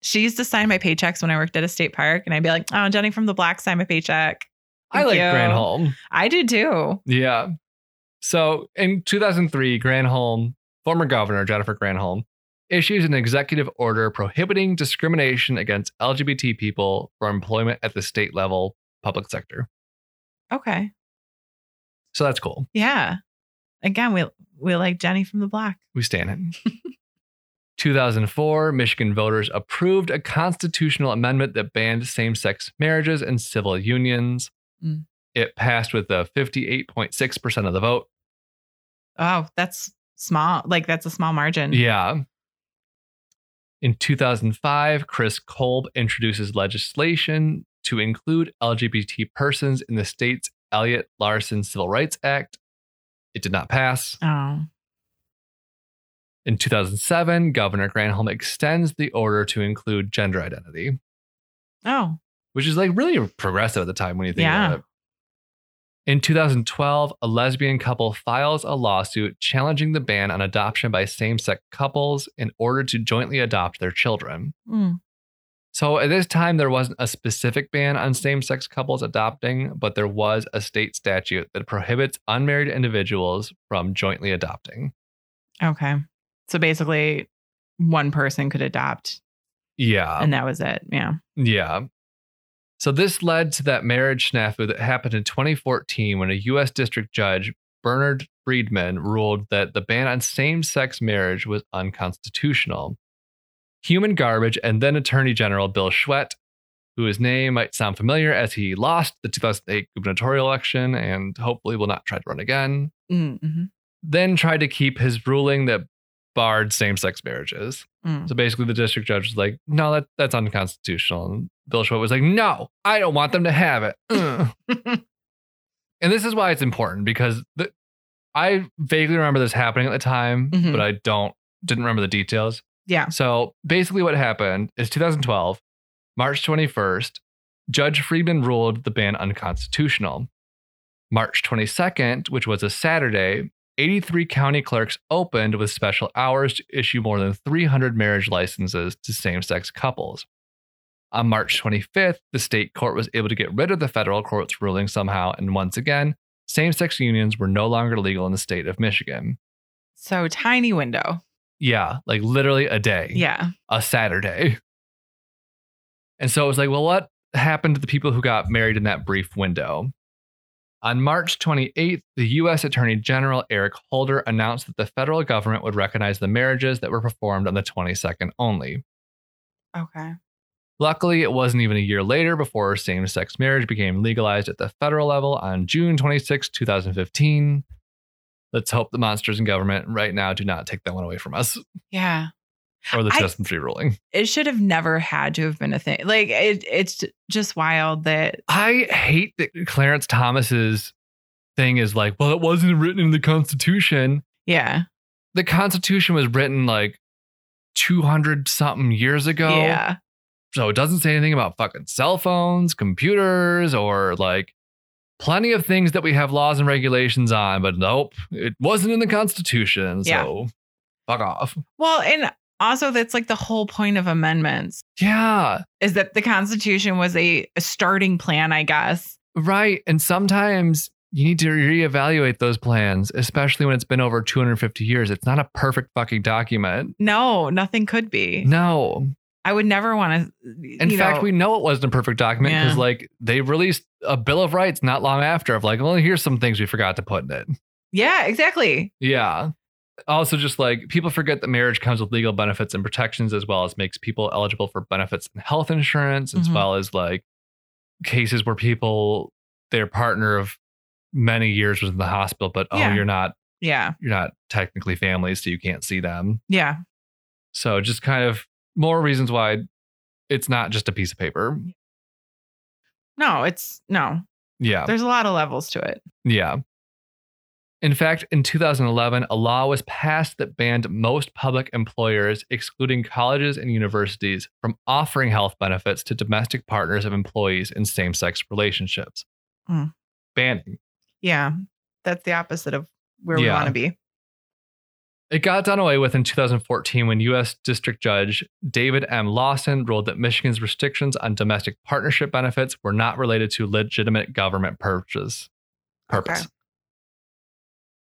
B: She used to sign my paychecks when I worked at a state park, and I'd be like, "Oh, Jenny from the Block, sign my paycheck."
C: I like
B: you.
C: Granholm.
B: I do too.
C: Yeah. So in 2003, Granholm, former governor Jennifer Granholm, issues an executive order prohibiting discrimination against LGBT people for employment at the state level public sector.
B: Okay.
C: So that's cool.
B: Yeah. Again, we we like Jenny from the block.
C: We stand it. 2004, Michigan voters approved a constitutional amendment that banned same sex marriages and civil unions.
B: Mm.
C: It passed with a 58.6% of the vote.
B: Oh, that's small. Like that's a small margin.
C: Yeah. In 2005, Chris Kolb introduces legislation to include LGBT persons in the state's Elliott Larson Civil Rights Act. It did not pass.
B: Oh.
C: In 2007, Governor Granholm extends the order to include gender identity,
B: Oh.
C: which is like really progressive at the time when you think
B: Yeah.
C: about it. In 2012, a lesbian couple files a lawsuit challenging the ban on adoption by same sex couples in order to jointly adopt their children.
B: Mm.
C: So at this time, there wasn't a specific ban on same sex couples adopting, but there was a state statute that prohibits unmarried individuals from jointly adopting.
B: Okay. So basically, one person could adopt,
C: Yeah.
B: and that was it. Yeah.
C: Yeah. So this led to that marriage snafu that happened in 2014 when a U.S. district judge, Bernard Friedman, ruled that the ban on same sex marriage was unconstitutional. Human garbage and then Attorney General Bill Schwett, who his name might sound familiar as he lost the 2008 gubernatorial election and hopefully will not try to run again,
B: Mm-hmm.
C: then tried to keep his ruling that barred same sex marriages.
B: Mm.
C: So basically, the district judge was like, "No, that that's unconstitutional." And Bill Schwab was like, "No, I don't want them to have it." Ugh." and this is why it's important because the, I vaguely remember this happening at the time,
B: Mhm.
C: but I don't didn't remember the details.
B: Yeah.
C: So basically, what happened is 2012, March 21st, Judge Friedman ruled the ban unconstitutional. March 22nd, which was a Saturday, 83 county clerks opened with special hours to issue more than 300 marriage licenses to same sex couples. On March 25th, the state court was able to get rid of the federal court's ruling somehow, and once again, same sex unions were no longer legal in the state of Michigan.
B: So tiny window.
C: Yeah, like literally a day
B: Yeah.
C: a Saturday. And so it was like, well, what happened to the people who got married in that brief window? On March 28th, the U.S. Attorney General Eric Holder announced that the federal government would recognize the marriages that were performed on the 22nd only.
B: Okay.
C: Luckily, it wasn't even a year later before same sex marriage became legalized at the federal level on June 26, 2015. Let's hope the monsters in government right now do not take that one away from us
B: Yeah.
C: or the
B: I-
C: Justin Free ruling.
B: It should have never had to have been a thing. Like it. It's just wild that.
C: I hate that Clarence Thomas's thing is like, well, it wasn't written in the Constitution.
B: Yeah.
C: The Constitution was written like 200 something years ago.
B: Yeah.
C: So it doesn't say anything about fucking cell phones, computers, or like plenty of things that we have laws and regulations on. But nope, it wasn't in the Constitution. So fuck off.
B: Well, and also that's like the whole point of amendments
C: Yeah.
B: is that the Constitution was a, a starting plan, I guess.
C: Right. And sometimes you need to reevaluate those plans, especially when it's been over 250 years. It's not a perfect fucking document.
B: No, nothing could be.
C: No.
B: I would never want to.
C: In fact, we know it wasn't a perfect document because,
B: Yeah.
C: like, they released a Bill of Rights not long after of, like, well, here's some things we forgot to put in it.
B: Yeah, exactly.
C: Yeah. Also, just like people forget that marriage comes with legal benefits and protections, as well as makes people eligible for benefits and health insurance, as
B: Mhm.
C: well as like cases where people, their partner of many years was in the hospital, but oh,
B: Yeah.
C: you're not,
B: Yeah.
C: you're not technically family, so you can't see them.
B: Yeah.
C: So, just kind of more reasons why it's not just a piece of paper.
B: No, it's no.
C: Yeah.
B: There's a lot of levels to it.
C: Yeah. In fact, in 2011, a law was passed that banned most public employers, excluding colleges and universities, from offering health benefits to domestic partners of employees in same sex relationships.
B: Hmm.
C: Banning.
B: Yeah. That's the opposite of where we
C: Yeah.
B: want to be.
C: It got done away with in 2014 when U.S. District Judge David M. Lawson ruled that Michigan's restrictions on domestic partnership benefits were not related to legitimate government purposes. Purpose.
B: Okay.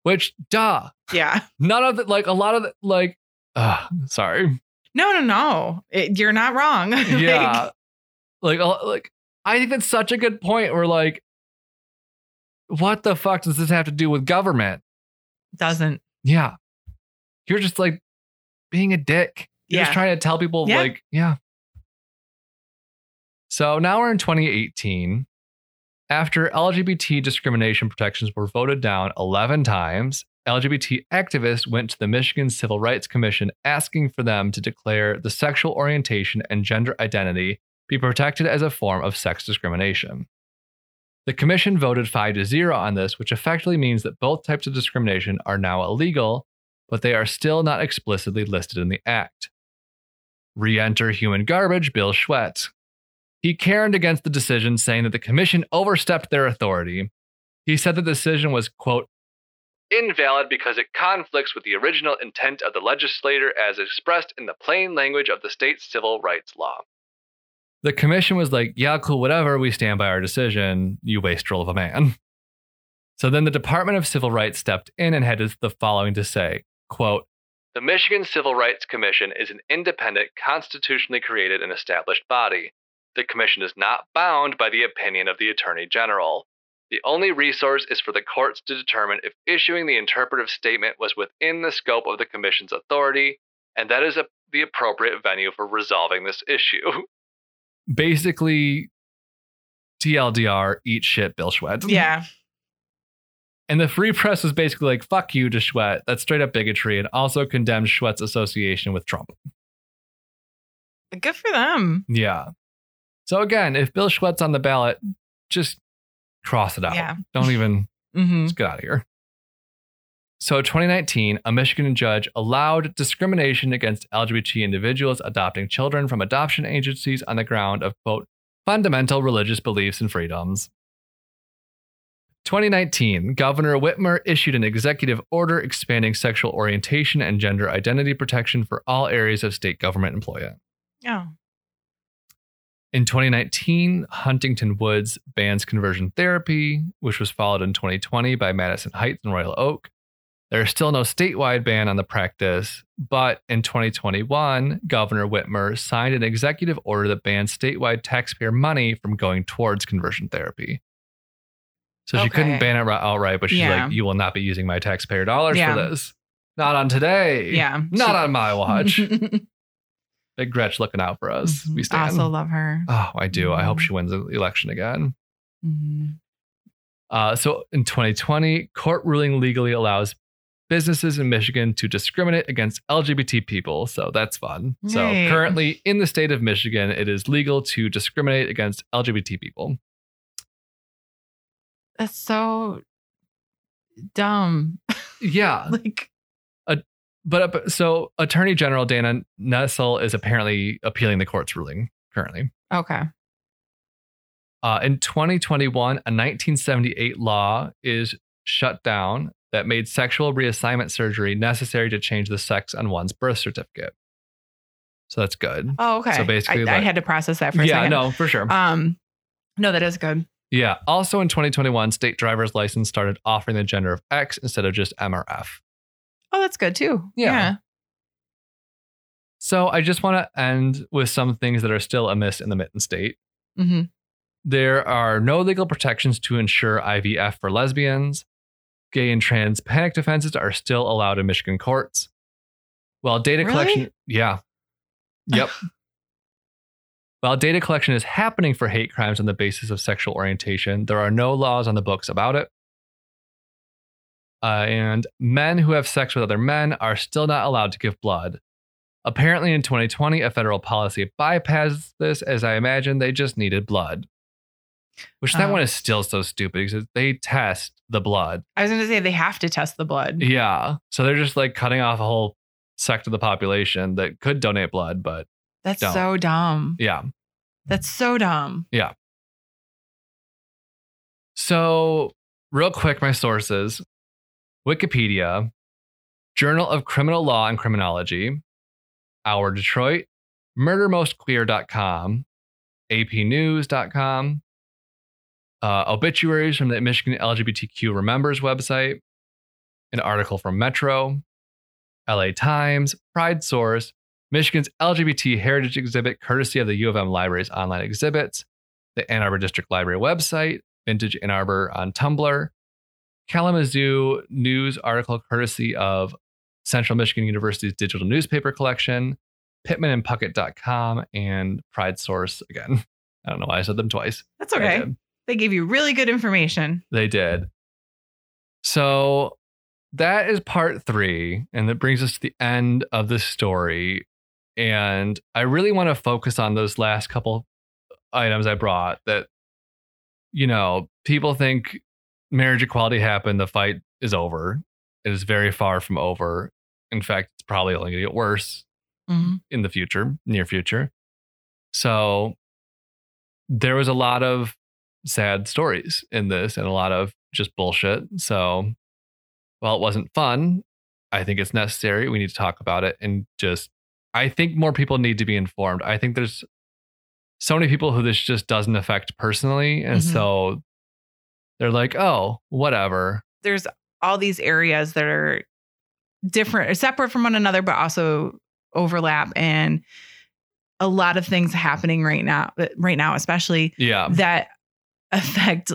C: Which, duh,
B: Yeah.
C: none of the like a lot of the, like Ugh, sorry.
B: No, no, no. It, you're not wrong. Like,
C: Yeah. like, uh, like, I think that's such a good point where, like, what the fuck does this have to do with government?
B: doesn't.
C: Yeah. You're just like being a dick. You're
B: Yeah.
C: just trying to tell people,
B: Yeah.
C: like, yeah. So now we're in 2018. After LGBT discrimination protections were voted down 11 times, LGBT activists went to the Michigan Civil Rights Commission asking for them to declare the sexual orientation and gender identity be protected as a form of sex discrimination. The commission voted 5 to 0 on this, which effectively means that both types of discrimination are now illegal, but they are still not explicitly listed in the act. Re enter human garbage Bill Schwett. He caroned against the decision, saying that the commission overstepped their authority. He said the decision was, quote, invalid because it conflicts with the original intent of the legislator as expressed in the plain language of the state's civil rights law. The commission was like, yeah, cool, whatever, we stand by our decision, you wastrel of a man. So then the Department of Civil Rights stepped in and had the following to say, quote, the Michigan Civil Rights Commission is an independent, constitutionally created and established body. The commission is not bound by the opinion of the Attorney General. The only resource is for the courts to determine if issuing the interpretive statement was within the scope of the commission's authority, and that is a, the appropriate venue for resolving this issue. Basically, TLDR, eat shit, Bill Schwed.
B: Yeah.
C: And the Free Press was basically like, fuck you to Schwett. That's straight up bigotry and also condemned Schwett's association with Trump.
B: Good for them.
C: Yeah. So again, if Bill Schwett's on the ballot, just cross it out.
B: Yeah.
C: Don't even
B: hmm
C: Let's get out of here. So, 2019, a Michigan judge allowed discrimination against LGBT individuals adopting children from adoption agencies on the ground of, quote, fundamental religious beliefs and freedoms. 2019, Governor Whitmer issued an executive order expanding sexual orientation and gender identity protection for all areas of state government employment.
B: Yeah.
C: In 2019, Huntington Woods bans conversion therapy, which was followed in 2020 by Madison Heights and Royal Oak. There is still no statewide ban on the practice, but in 2021, Governor Whitmer signed an executive order that bans statewide taxpayer money from going towards conversion therapy. So she couldn't
B: Okay.
C: ban it ri- outright, but she's
B: Yeah.
C: like, you will not be using my taxpayer dollars
B: Yeah.
C: for this. Not on today.
B: Yeah.
C: Not
B: She-
C: on my watch. Big Gretch looking out for us.
B: Mm-hmm.
C: We stand.
B: also love her.
C: Oh, I do. I hope she wins the election again.
B: Mhm.
C: Uh, so in 2020, court ruling legally allows businesses in Michigan to discriminate against LGBT people. So that's fun.
B: Right.
C: So currently in the state of Michigan, it is legal to discriminate against LGBT people.
B: That's so dumb.
C: Yeah.
B: like,
C: But uh, so Attorney General Dana Nessel is apparently appealing the court's ruling currently.
B: okay.
C: Uh, in 2021, a 1978 law is shut down that made sexual reassignment surgery necessary to change the sex on one's birth certificate. So that's good.
B: Oh, okay.
C: So basically,
B: I, I
C: like-
B: had to process that for a
C: yeah,
B: second.
C: no, for sure.
B: Um, no, that is good.
C: yeah. Also in 2021, state driver's license started offering the gender of X instead of just MRF.
B: Oh, that's good too.
C: Yeah. So I just want to end with some things that are still amiss in the Mitten State.
B: Yeah. Mhm.
C: There are no legal protections to ensure IVF for lesbians. Gay and trans panic defenses are still allowed in Michigan courts. While data
B: Really?
C: collection, yeah. Yep. While data collection is happening for hate crimes on the basis of sexual orientation, there are no laws on the books about it. Uh, and men who have sex with other men are still not allowed to give blood. Apparently, in 2020, a federal policy bypassed this, as I imagine they just needed blood. Which that
B: Oh.
C: one is still so stupid because they test the blood.
B: I was going to say they have to test the blood.
C: Yeah. So they're just like cutting off a whole sect of the population that could donate blood, but
B: That's
C: Don't.
B: so dumb.
C: yeah.
B: That's so dumb.
C: So, real quick, my sources Wikipedia, Journal of Criminal Law and Criminology, Our Detroit, MurderMostQueer.com, APNews.com, uh, obituaries from the Michigan LGBTQ Remembers website, an article from Metro, LA Times, Pride Source, Michigan's LGBT Heritage Exhibit, courtesy of the U of M Library's online exhibits, the Ann Arbor District Library website, Vintage Ann Arbor on Tumblr, Kalamazoo news article courtesy of Central Michigan University's digital newspaper collection, pittmanandpuckett.com, and Pride Source again. I don't know why I said them twice.
B: That's
C: I
B: okay.
C: did.
B: They gave you really good information.
C: They did. So that is part three. And that brings us to the end of the story. And I really want to focus on those last couple items I brought that, you know, people think marriage equality happened, the fight is over. It is very far from over. In fact, it's probably only going to get worse
B: Mm-hmm.
C: in the future, near future. So there was a lot of sad stories in this and a lot of just bullshit. So while it wasn't fun, I think it's necessary. We need to talk about it and just, I think more people need to be informed. I think there's so many people who this just doesn't affect personally. And
B: Mhm.
C: so they're like, oh, whatever.
B: There's all these areas that are different, or separate from one another, but also overlap, and a lot of things happening right now. uh, Right now, especially
C: Yeah.
B: that affect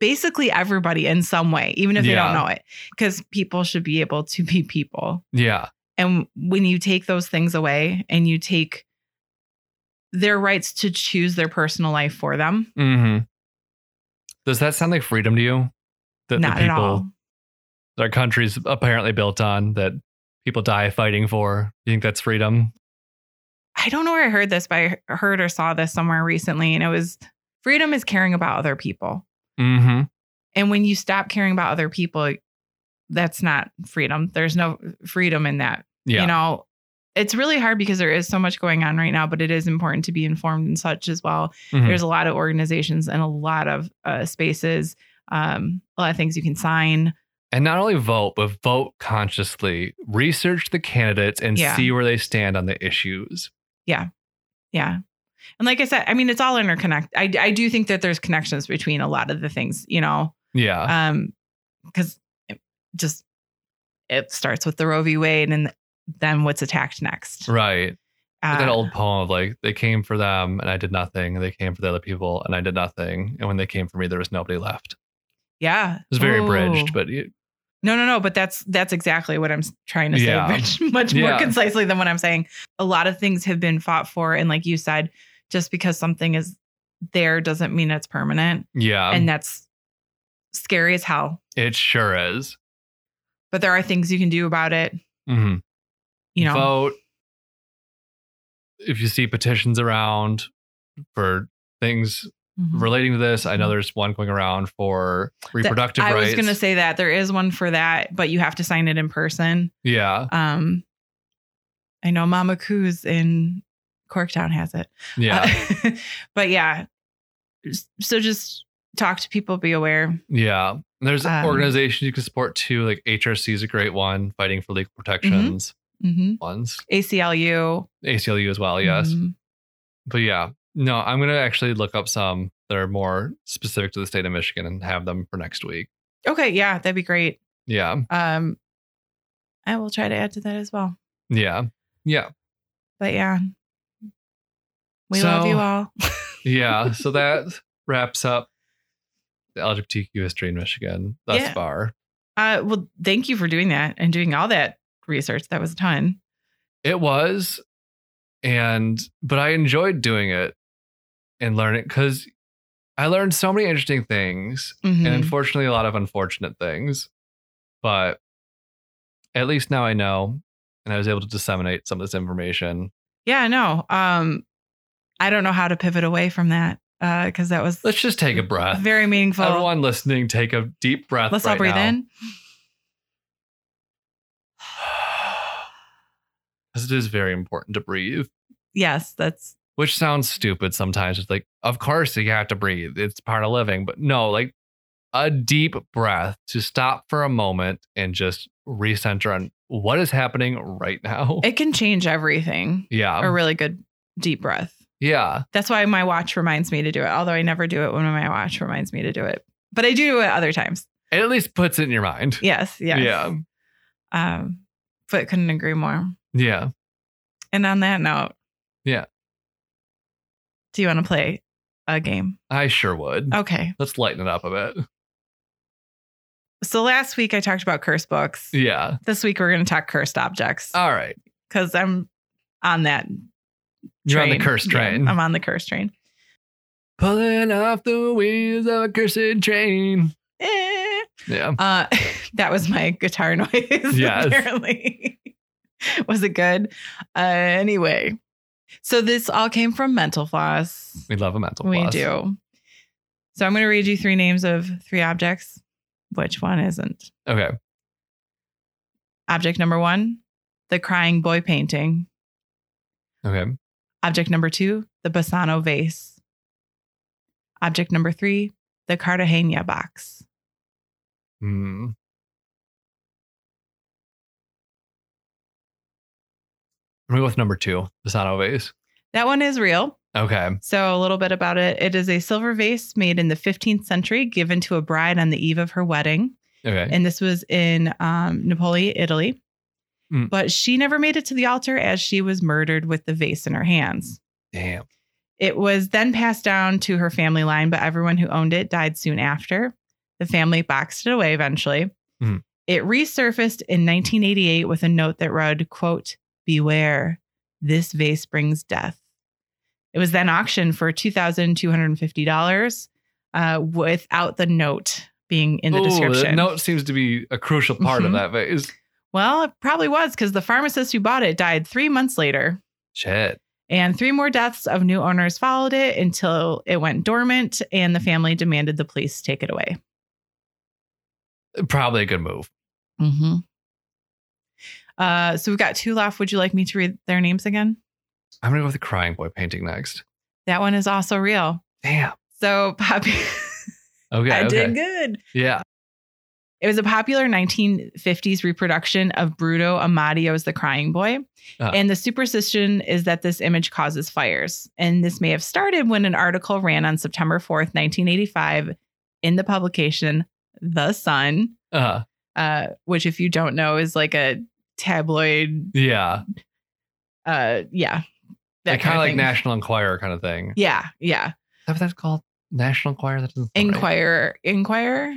B: basically everybody in some way, even if they
C: Yeah.
B: don't know it, because people should be able to be people.
C: Yeah.
B: And when you take those things away and you take their rights to choose their personal life for them,
C: hmm Does that sound like freedom to you? That
B: not at all.
C: that our country's apparently built on that people die fighting for. You think that's freedom?
B: I don't know where I heard this, but I heard or saw this somewhere recently. And it was freedom is caring about other people.
C: Mm-hmm.
B: And when you stop caring about other people, that's not freedom. There's no uh, freedom in that.
C: Yeah.
B: you know it's really hard because there is so much going on right now but it is important to be informed and such as well
C: Mhm.
B: there's a lot of organizations and a lot of uh, spaces um, a lot of things you can sign
C: and not only vote, but vote consciously. Research the candidates and
B: Yeah.
C: see where they stand on the issues.
B: yeah and like i said i mean it's all interconnect i, I do think that there's connections between a lot of the things you know
C: Yeah.
B: um because it just it starts with the roe v wade and then what's attacked next
C: right. Like that
B: Uh,
C: old poem of like, they came for them and I did nothing. They came for the other people and I did nothing. And when they came for me, there was nobody left.
B: yeah
C: It was very
B: Ooh.
C: abridged, but it,
B: No, no, no. But that's that's exactly what I'm s- trying to say,
C: Yeah.
B: Rich, much
C: Yeah.
B: more concisely than what I'm saying. A lot of things have been fought for, and like you said, just because something is there doesn't mean it's permanent,
C: yeah,
B: and that's scary as hell.
C: it sure is.
B: But there are things you can do about it.
C: Mm-hmm.
B: You know,
C: vote. If you see petitions around for things
B: Mhm.
C: relating to this, I know there's one going around for
B: That-
C: reproductive
B: I
C: rights.
B: was going to say that there is one for that, but you have to sign it in person.
C: yeah,
B: Um, I know Mama Coos in Corktown has it.
C: yeah,
B: Uh, but yeah. S- So just talk to people, be aware.
C: yeah. And there's
B: um,
C: organizations you can support too, like HRC is a great one, fighting for
B: Mm-hmm.
C: legal protections
B: hmm
C: ones,
B: ACLU.
C: ACLU as well, Oh, yes.
B: Mhm.
C: But yeah, no, I'm gonna actually look up some that are more specific to the state of Michigan and have them for next week.
B: Okay. Yeah. That'd be great.
C: Yeah,
B: Um, I will try to add to that as well.
C: yeah, yeah.
B: But yeah. We
C: So-
B: love you all.
C: yeah so that wraps up the lgbtq history in michigan thus
B: Yeah.
C: far
B: Uh, well, thank you for doing that and doing all that research. That was a ton.
C: it was and but i enjoyed doing it and learning because i learned so many interesting things
B: Mhm.
C: and unfortunately a lot of unfortunate things but at least now i know and i was able to disseminate some of this information
B: yeah. No. Um, I don't know how to pivot away from that because that was
C: let's just take a breath
B: very meaningful.
C: everyone listening take a deep breath
B: Let's all
C: right
B: breathe
C: now.
B: in.
C: 'Cause it is very important to breathe
B: Yes. That's
C: which sounds stupid sometimes. It's like, of course you have to breathe. It's part of living. But no, like a deep breath to stop for a moment and just recenter on what is happening right now.
B: it can change everything.
C: yeah.
B: a really good deep breath.
C: yeah.
B: That's why my watch reminds me to do it, although I never do it when my watch reminds me to do it. But I do do it other times.
C: It at least puts it in your mind.
B: Yes, yes.
C: Yeah.
B: Um, but couldn't agree more.
C: Yeah.
B: And on that note,
C: Yeah.
B: Do you want to play a game?
C: I sure would.
B: Okay.
C: Let's lighten it up a bit.
B: So last week I talked about curse books.
C: Yeah. Uh,
B: This week we're going to talk cursed objects
C: All right.
B: because I'm on that.
C: You're on the
B: train.
C: curse
B: Yeah,
C: train.
B: I'm on the curse train.
C: Pulling off the wheels of a cursed train.
B: Eh.
C: Yeah.
B: Uh, that was my guitar noise.
C: Yes.
B: Apparently, was it good? Uh, anyway, so this all came from Mental Floss.
C: We love a mental
B: We
C: floss.
B: do. So I'm going to read you three names of three objects. Which one isn't?
C: Okay.
B: Object number one, the crying boy painting.
C: Okay.
B: Object number two, the Bassano vase. Object number three, the Cartagena box.
C: Hmm. I'm gonna go with number two, Pisano vase.
B: That one is real.
C: Okay.
B: So, a little bit about it. It is a silver vase made in the 15th century, given to a bride on the eve of her wedding.
C: Okay.
B: And this was in um, Napoli, Italy.
C: Mm.
B: But she never made it to the altar as she was murdered with the vase in her hands.
C: Damn.
B: It was then passed down to her family line, but everyone who owned it died soon after. The family boxed it away eventually.
C: Mhm.
B: It resurfaced in 1988 with a note that read, quote, Beware, this vase brings death. It was then auctioned for $2,250 uh, without the note being in the
C: Ooh,
B: description.
C: note seems to be a crucial part
B: Mhm.
C: of that vase.
B: Well, it probably was because the pharmacist who bought it died three months later.
C: Shit.
B: And three more deaths of new owners followed it until it went dormant and the family demanded the police take it away.
C: Probably a good move.
B: Mm-hmm. Uh, so we've got two left. Would you like me to read their names again?
C: I'm gonna go with the crying boy painting next.
B: That one is also real.
C: Damn.
B: So poppy,
C: Okay.
B: I
C: okay.
B: did good.
C: Yeah.
B: It was a popular 1950s reproduction of Bruto Amadio's The Crying Boy.
C: Ah.
B: And the superstition is that this image causes fires. And this may have started when an article ran on September 4th, 1985, in the publication The Sun,
C: Uh
B: uh, which, if you don't know, is like a tabloid.
C: yeah.
B: Uh, yeah.
C: Like, kind of like
B: thing.
C: National Enquirer kind of thing. Is
B: Yeah. Yeah.
C: that what that's called? National Enquirer? That doesn't sound right.
B: Inquirer. Inquirer?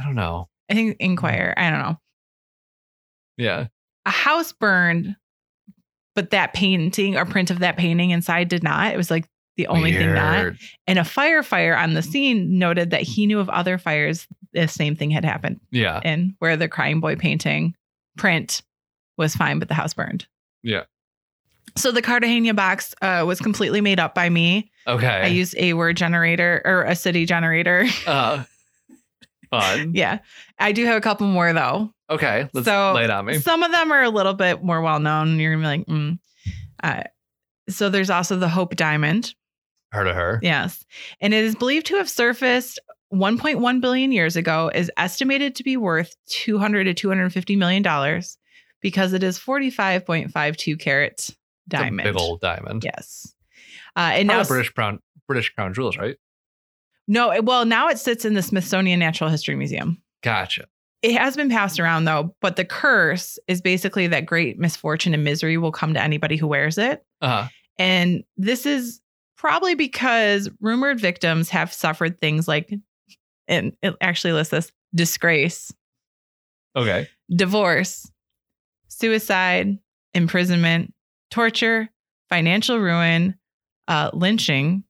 C: I don't know.
B: I think Inquirer. I don't know.
C: Yeah.
B: a house burned, but that painting or print of that painting inside did not. It was like the only thing not.
C: Weird.
B: And a firefighter on the scene noted that he knew of other fires the same thing had happened
C: Yeah.
B: in where the crying boy painting print was fine, but the house burned.
C: Yeah.
B: So the Cartagena box uh, was completely made up by me. I
C: Okay.
B: used a word generator or a city generator.
C: uh, fun.
B: yeah. I do have a couple more though.
C: Okay. Let's
B: So-
C: lay it on me.
B: Some of them are a little bit more well known. You're gonna be like, mm. uh, so there's also the Hope Diamond.
C: Heard of her.
B: Yes, and it is believed to have surfaced 1.1 billion years ago. Is estimated to be worth 200 to 250 million dollars because it is 45.52 carat
C: It's a
B: diamond.
C: Big old diamond.
B: Yes, uh, and
C: Part
B: now
C: of British Crown, British Crown Jewels, right?
B: no, it- well now it sits in the Smithsonian Natural History Museum.
C: Gotcha.
B: it has been passed around though, but the curse is basically that great misfortune and misery will come to anybody who wears it.
C: Uh,
B: And this is probably because rumored victims have suffered things like, and it actually lists this disgrace,
C: okay.
B: divorce, suicide, imprisonment, torture, financial ruin, uh, lynching.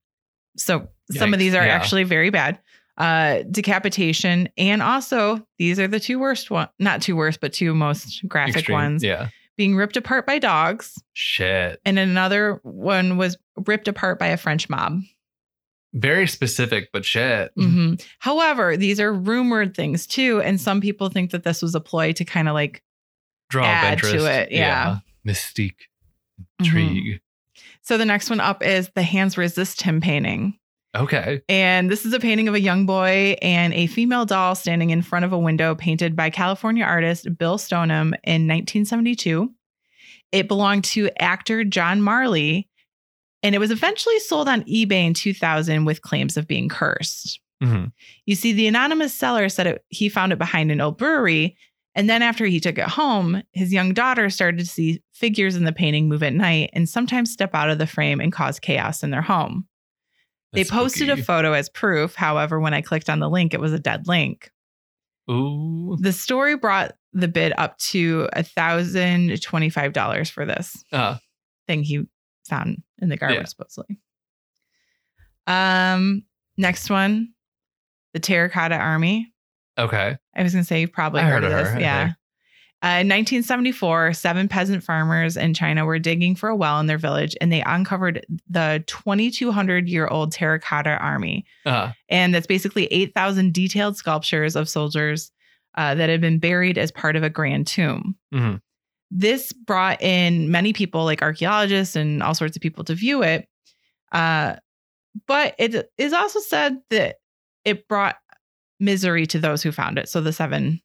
B: So some
C: Yikes.
B: of these are
C: Yeah.
B: actually very bad. Uh, decapitation, and also these are the two worst one, not two worst, but two most graphic
C: Extreme.
B: ones.
C: Yeah.
B: Being ripped apart by dogs,
C: Shit.
B: and another one was ripped apart by a French mob.
C: Very specific, but shit.
B: hmm However, these are rumored things too, and some people think that this was a ploy to kind of like
C: Draw
B: Add
C: up
B: to
C: interest.
B: it, yeah.
C: Mystique. Mm-hmm.
B: Mhm.
C: Intrigue.
B: So the next one up is the Hands Resist Him painting.
C: Okay.
B: And this is a painting of a young boy and a female doll standing in front of a window painted by California artist Bill Stoneham in 1972. It belonged to actor John Marley and it was eventually sold on eBay in 2000 with claims of being cursed.
C: hmm
B: You see, the anonymous seller said it, he found it behind an old brewery, And then after he took it home, his young daughter started to see figures in the painting move at night and sometimes step out of the frame and cause chaos in their home. They
C: That's
B: posted a
C: spooky.
B: photo as proof. However, when I clicked on the link, it was a dead link.
C: Ooh.
B: The story brought the bid up to a thousand twenty-five dollars for this
C: Uh,
B: thing he found in the garbage
C: Yeah.
B: supposedly. Um, next one, the Terracotta Army.
C: okay.
B: I was gonna say you've probably
C: I
B: heard,
C: heard of
B: of this.
C: her, I
B: yeah.
C: think.
B: Uh, in 1974, seven peasant farmers in China were digging for a well in their village, and they uncovered the 2,200 year old terracotta army.
C: Uh,
B: And that's basically 8,000 detailed sculptures of soldiers uh, that had been buried as part of a grand tomb.
C: mhm.
B: This brought in many people, like archaeologists and all sorts of people, to view it. Uh, but it is also said that it brought misery to those who found it. So the seven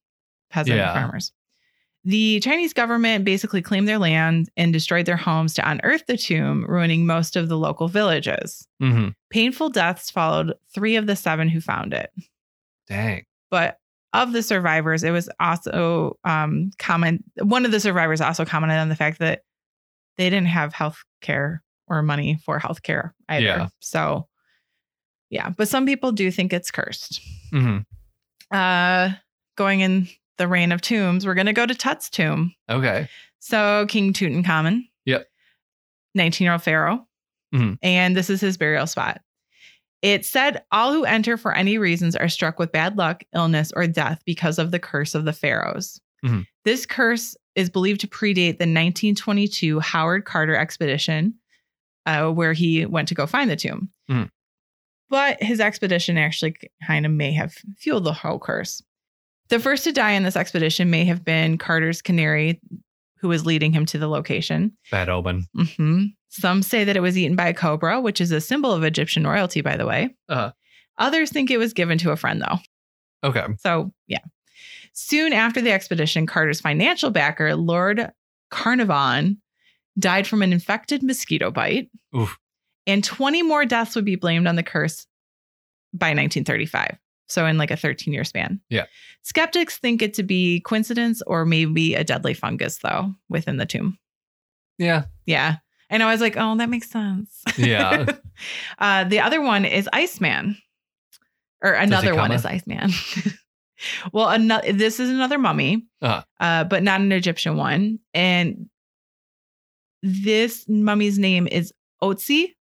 B: peasant
C: Yeah.
B: farmers. The Chinese government basically claimed their land and destroyed their homes to unearth the tomb, ruining most of the local villages.
C: Mhm.
B: Painful deaths followed three of the seven who found it.
C: Dang.
B: But of the survivors, it was also um, common. One of the survivors also commented on the fact that they didn't have health care or money for health care either.
C: Yeah.
B: So, yeah. But some people do think it's cursed.
C: hmm
B: Uh, going in the reign of tombs, we're going to go to Tut's tomb.
C: Okay.
B: So King Tutankhamun.
C: Yep.
B: 19 year old Pharaoh.
C: Mhm.
B: And this is his burial spot. It said all who enter for any reasons are struck with bad luck, illness, or death because of the curse of the pharaohs.
C: Mhm.
B: This curse is believed to predate the 1922 Howard Carter expedition, uh, where he went to go find the tomb.
C: Mhm.
B: But his expedition actually kind of may have fueled the whole curse. The first to die in this expedition may have been Carter's canary, who was leading him to the location.
C: Bad omen.
B: hmm Some say that it was eaten by a cobra, which is a symbol of Egyptian royalty, by the way.
C: Uh-huh.
B: Others think it was given to a friend, though.
C: Okay.
B: So, yeah. Soon after the expedition, Carter's financial backer, Lord Carnarvon, died from an infected mosquito bite.
C: Oof.
B: And 20 more deaths would be blamed on the curse by 1935. So, in like a 13 year span.
C: Yeah.
B: Skeptics think it to be coincidence or maybe a deadly fungus, though, within the tomb.
C: Yeah.
B: Yeah. And I was like, oh, that makes sense.
C: Yeah.
B: uh, the other one is Iceman, or another one
C: come
B: is Iceman. well, another, this is another mummy,
C: Uh-huh.
B: uh, but not an Egyptian one. And this mummy's name is Otzi,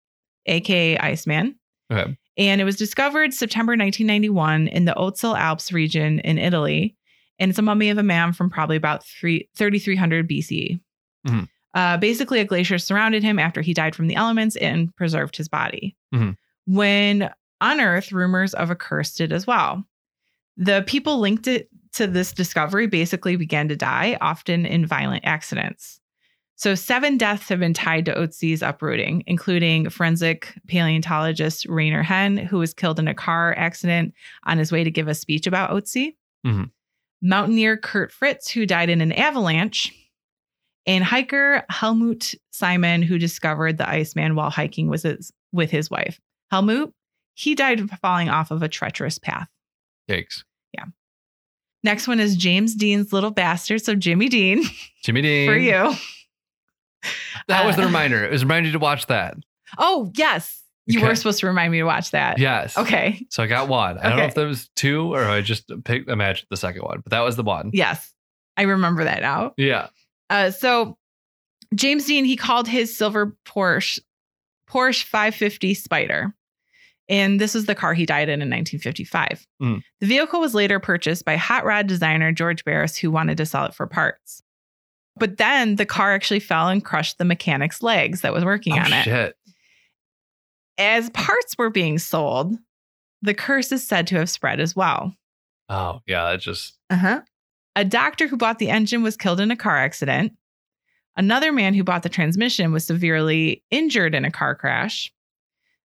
B: aka Iceman.
C: Okay.
B: And it was discovered September 1991 in the Otsel Alps region in Italy. And it's a mummy of a man from probably about three- 3300 BCE.
C: Mhm.
B: Uh, basically, a glacier surrounded him after he died from the elements and preserved his body.
C: Mhm.
B: When unearthed, rumors of a curse did as well. The people linked it to this discovery basically began to die, often in violent accidents. So, seven deaths have been tied to Otsi's uprooting, including forensic paleontologist Rainer Henn, who was killed in a car accident on his way to give a speech about Otzi,
C: Mhm.
B: mountaineer Kurt Fritz, who died in an avalanche, and hiker Helmut Simon, who discovered the Iceman while hiking with his, with his wife. Helmut, he died falling off of a treacherous path.
C: Thanks.
B: Next one is James Dean's little bastard. So, Jimmy Dean
C: Jimmy Dean.
B: for you.
C: That was the
B: Uh,
C: reminder. It was a reminder to watch that.
B: Oh, yes. You were
C: Okay.
B: supposed to remind me to watch that.
C: Yes.
B: Okay.
C: So I got one. I don't know
B: Okay.
C: if there was two or I just picked imagined the second one, but that was the one.
B: Yes. I remember that now.
C: Yeah.
B: Uh, so James Dean, he called his silver Porsche Porsche 550 Spider. And this was the car he died in in 1955.
C: Mm.
B: The vehicle was later purchased by hot rod designer George Barris, who wanted to sell it for parts. But then the car actually fell and crushed the mechanic's legs that was working on
C: oh,
B: it.
C: shit.
B: As parts were being sold, the curse is said to have spread as well.
C: Oh, yeah. That just,
B: Uh-huh. A doctor who bought the engine was killed in a car accident. Another man who bought the transmission was severely injured in a car crash.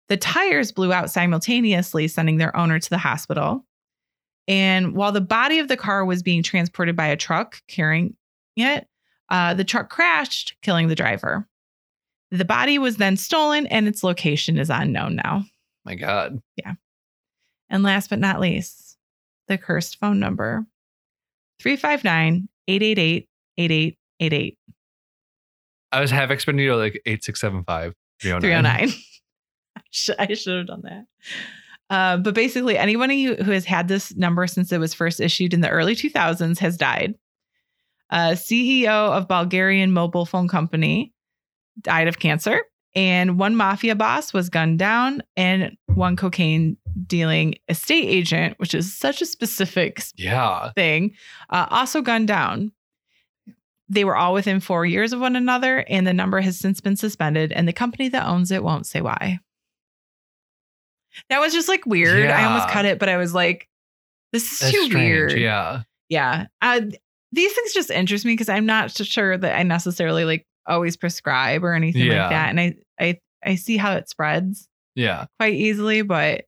B: The tires blew out simultaneously, sending their owner to the hospital. And while the body of the car was being transported by a truck carrying it, uh, the truck crashed, killing the driver. The body was then stolen, and its location is unknown now.
C: my God.
B: And last but not least, the cursed phone number 359 888 8888
C: I was half expecting you to like eight six seven five three oh nine.
B: 309. I should, I should have done that. Uh, but basically, anyone who who has had this number since it was first issued in the early 2000s has died. Uh, CEO of Bulgarian mobile phone company died of cancer, and one mafia boss was gunned down, and one cocaine dealing estate agent, which is such a specific
C: Yeah.
B: thing, uh, also gunned down. They were all within four years of one another, and the number has since been suspended, and the company that owns it won't say why. That was just like weird. I almost
C: Yeah.
B: cut it, but I was like, this is
C: That's
B: too
C: strange.
B: weird.
C: Yeah.
B: Yeah. Uh, these things just interest me because I'm not so sure that I necessarily like always prescribe or anything
C: Yeah.
B: like that. And I, I, I see how it spreads
C: Yeah.
B: quite easily, but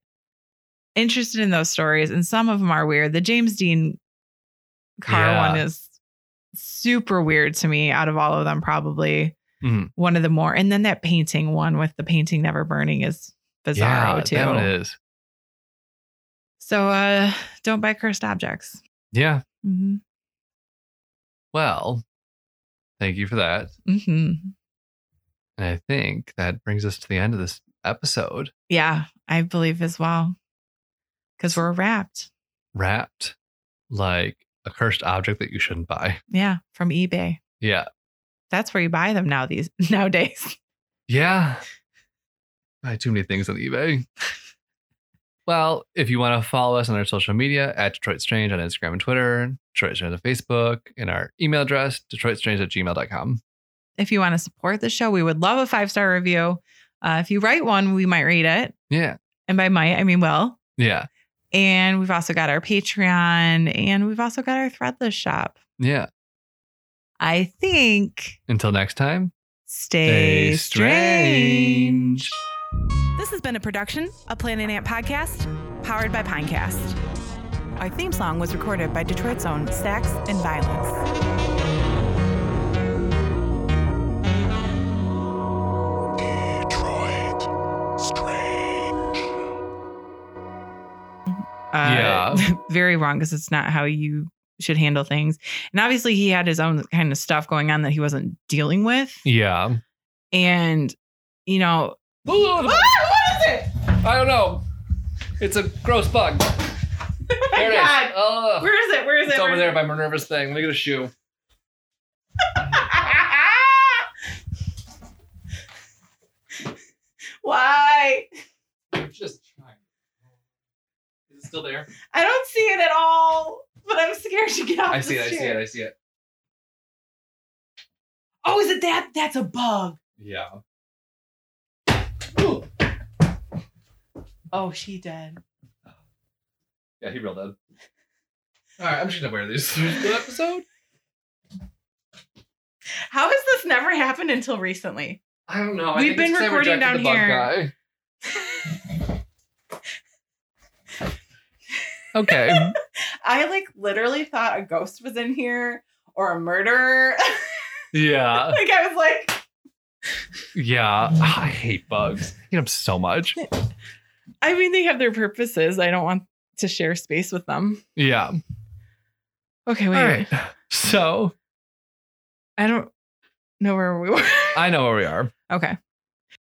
B: interested in those stories. And some of them are weird. The James Dean car
C: Yeah.
B: one is super weird to me out of all of them, probably
C: Mhm.
B: one of the more. And then that painting one with the painting never burning is bizarro
C: yeah.
B: too.
C: That one is.
B: So uh, don't buy cursed objects.
C: Yeah.
B: hmm
C: Well, thank you for that.
B: hmm
C: And I think that brings us to the end of this episode.
B: Yeah, I believe as well. Because we're wrapped.
C: Wrapped like a cursed object that you shouldn't buy.
B: Yeah, from eBay.
C: Yeah.
B: That's where you buy them now these nowadays.
C: Yeah. Buy too many things on eBay. well, if you want to follow us on our social media at Detroit Strange on Instagram and Twitter, Detroit Strange on Facebook, and our email address, DetroitStrange at gmail.com.
B: if you want to support the show, we would love a five star review. Uh, if you write one, we might read it.
C: Yeah.
B: And by might, I mean will.
C: Yeah.
B: And we've also got our Patreon and we've also got our Threadless shop.
C: Yeah.
B: I think
C: Until next time,
B: stay,
C: stay
B: strange.
C: strange.
B: This has been a production of Planet Ant Podcast, powered by Pinecast. Our theme song was recorded by Detroit's own Stacks and Violence.
A: Detroit Strange.
B: uh, very wrong because it's not how you should handle things. And obviously, he had his own kind of stuff going on that he wasn't dealing with.
C: Yeah.
B: And, you know,
C: what is it? I don't know. It's a gross bug. There it is.
B: God.
C: Ugh.
B: where is it? Where is it?
C: It's
B: Where
C: over
B: is
C: there
B: it?
C: by my nervous thing. Look at a shoe.
B: Why?
C: Just trying. Is it still there?
B: I don't see it at all, but I'm scared to get off
C: I see it. I
B: this
C: see
B: chair.
C: it. I see it.
B: Oh, is it that? That's a bug.
C: Yeah.
B: Oh, she dead.
C: Yeah, he real dead. All right, I'm just gonna wear these through the episode.
B: How has this never happened until recently?
C: I don't know. I
B: We've
C: think it's
B: been
C: 'cause I
B: recording
C: rejected the
B: down
C: bug
B: here.
C: guy. okay.
B: I like literally thought a ghost was in here or a murderer.
C: Yeah.
B: like I was like,
C: Yeah. I hate bugs. I hate them so much.
B: I mean, they have their purposes. I don't want to share space with them.
C: Yeah.
B: Okay, wait.
C: All right. So
B: I don't know where we were.
C: I know where we are.
B: Okay.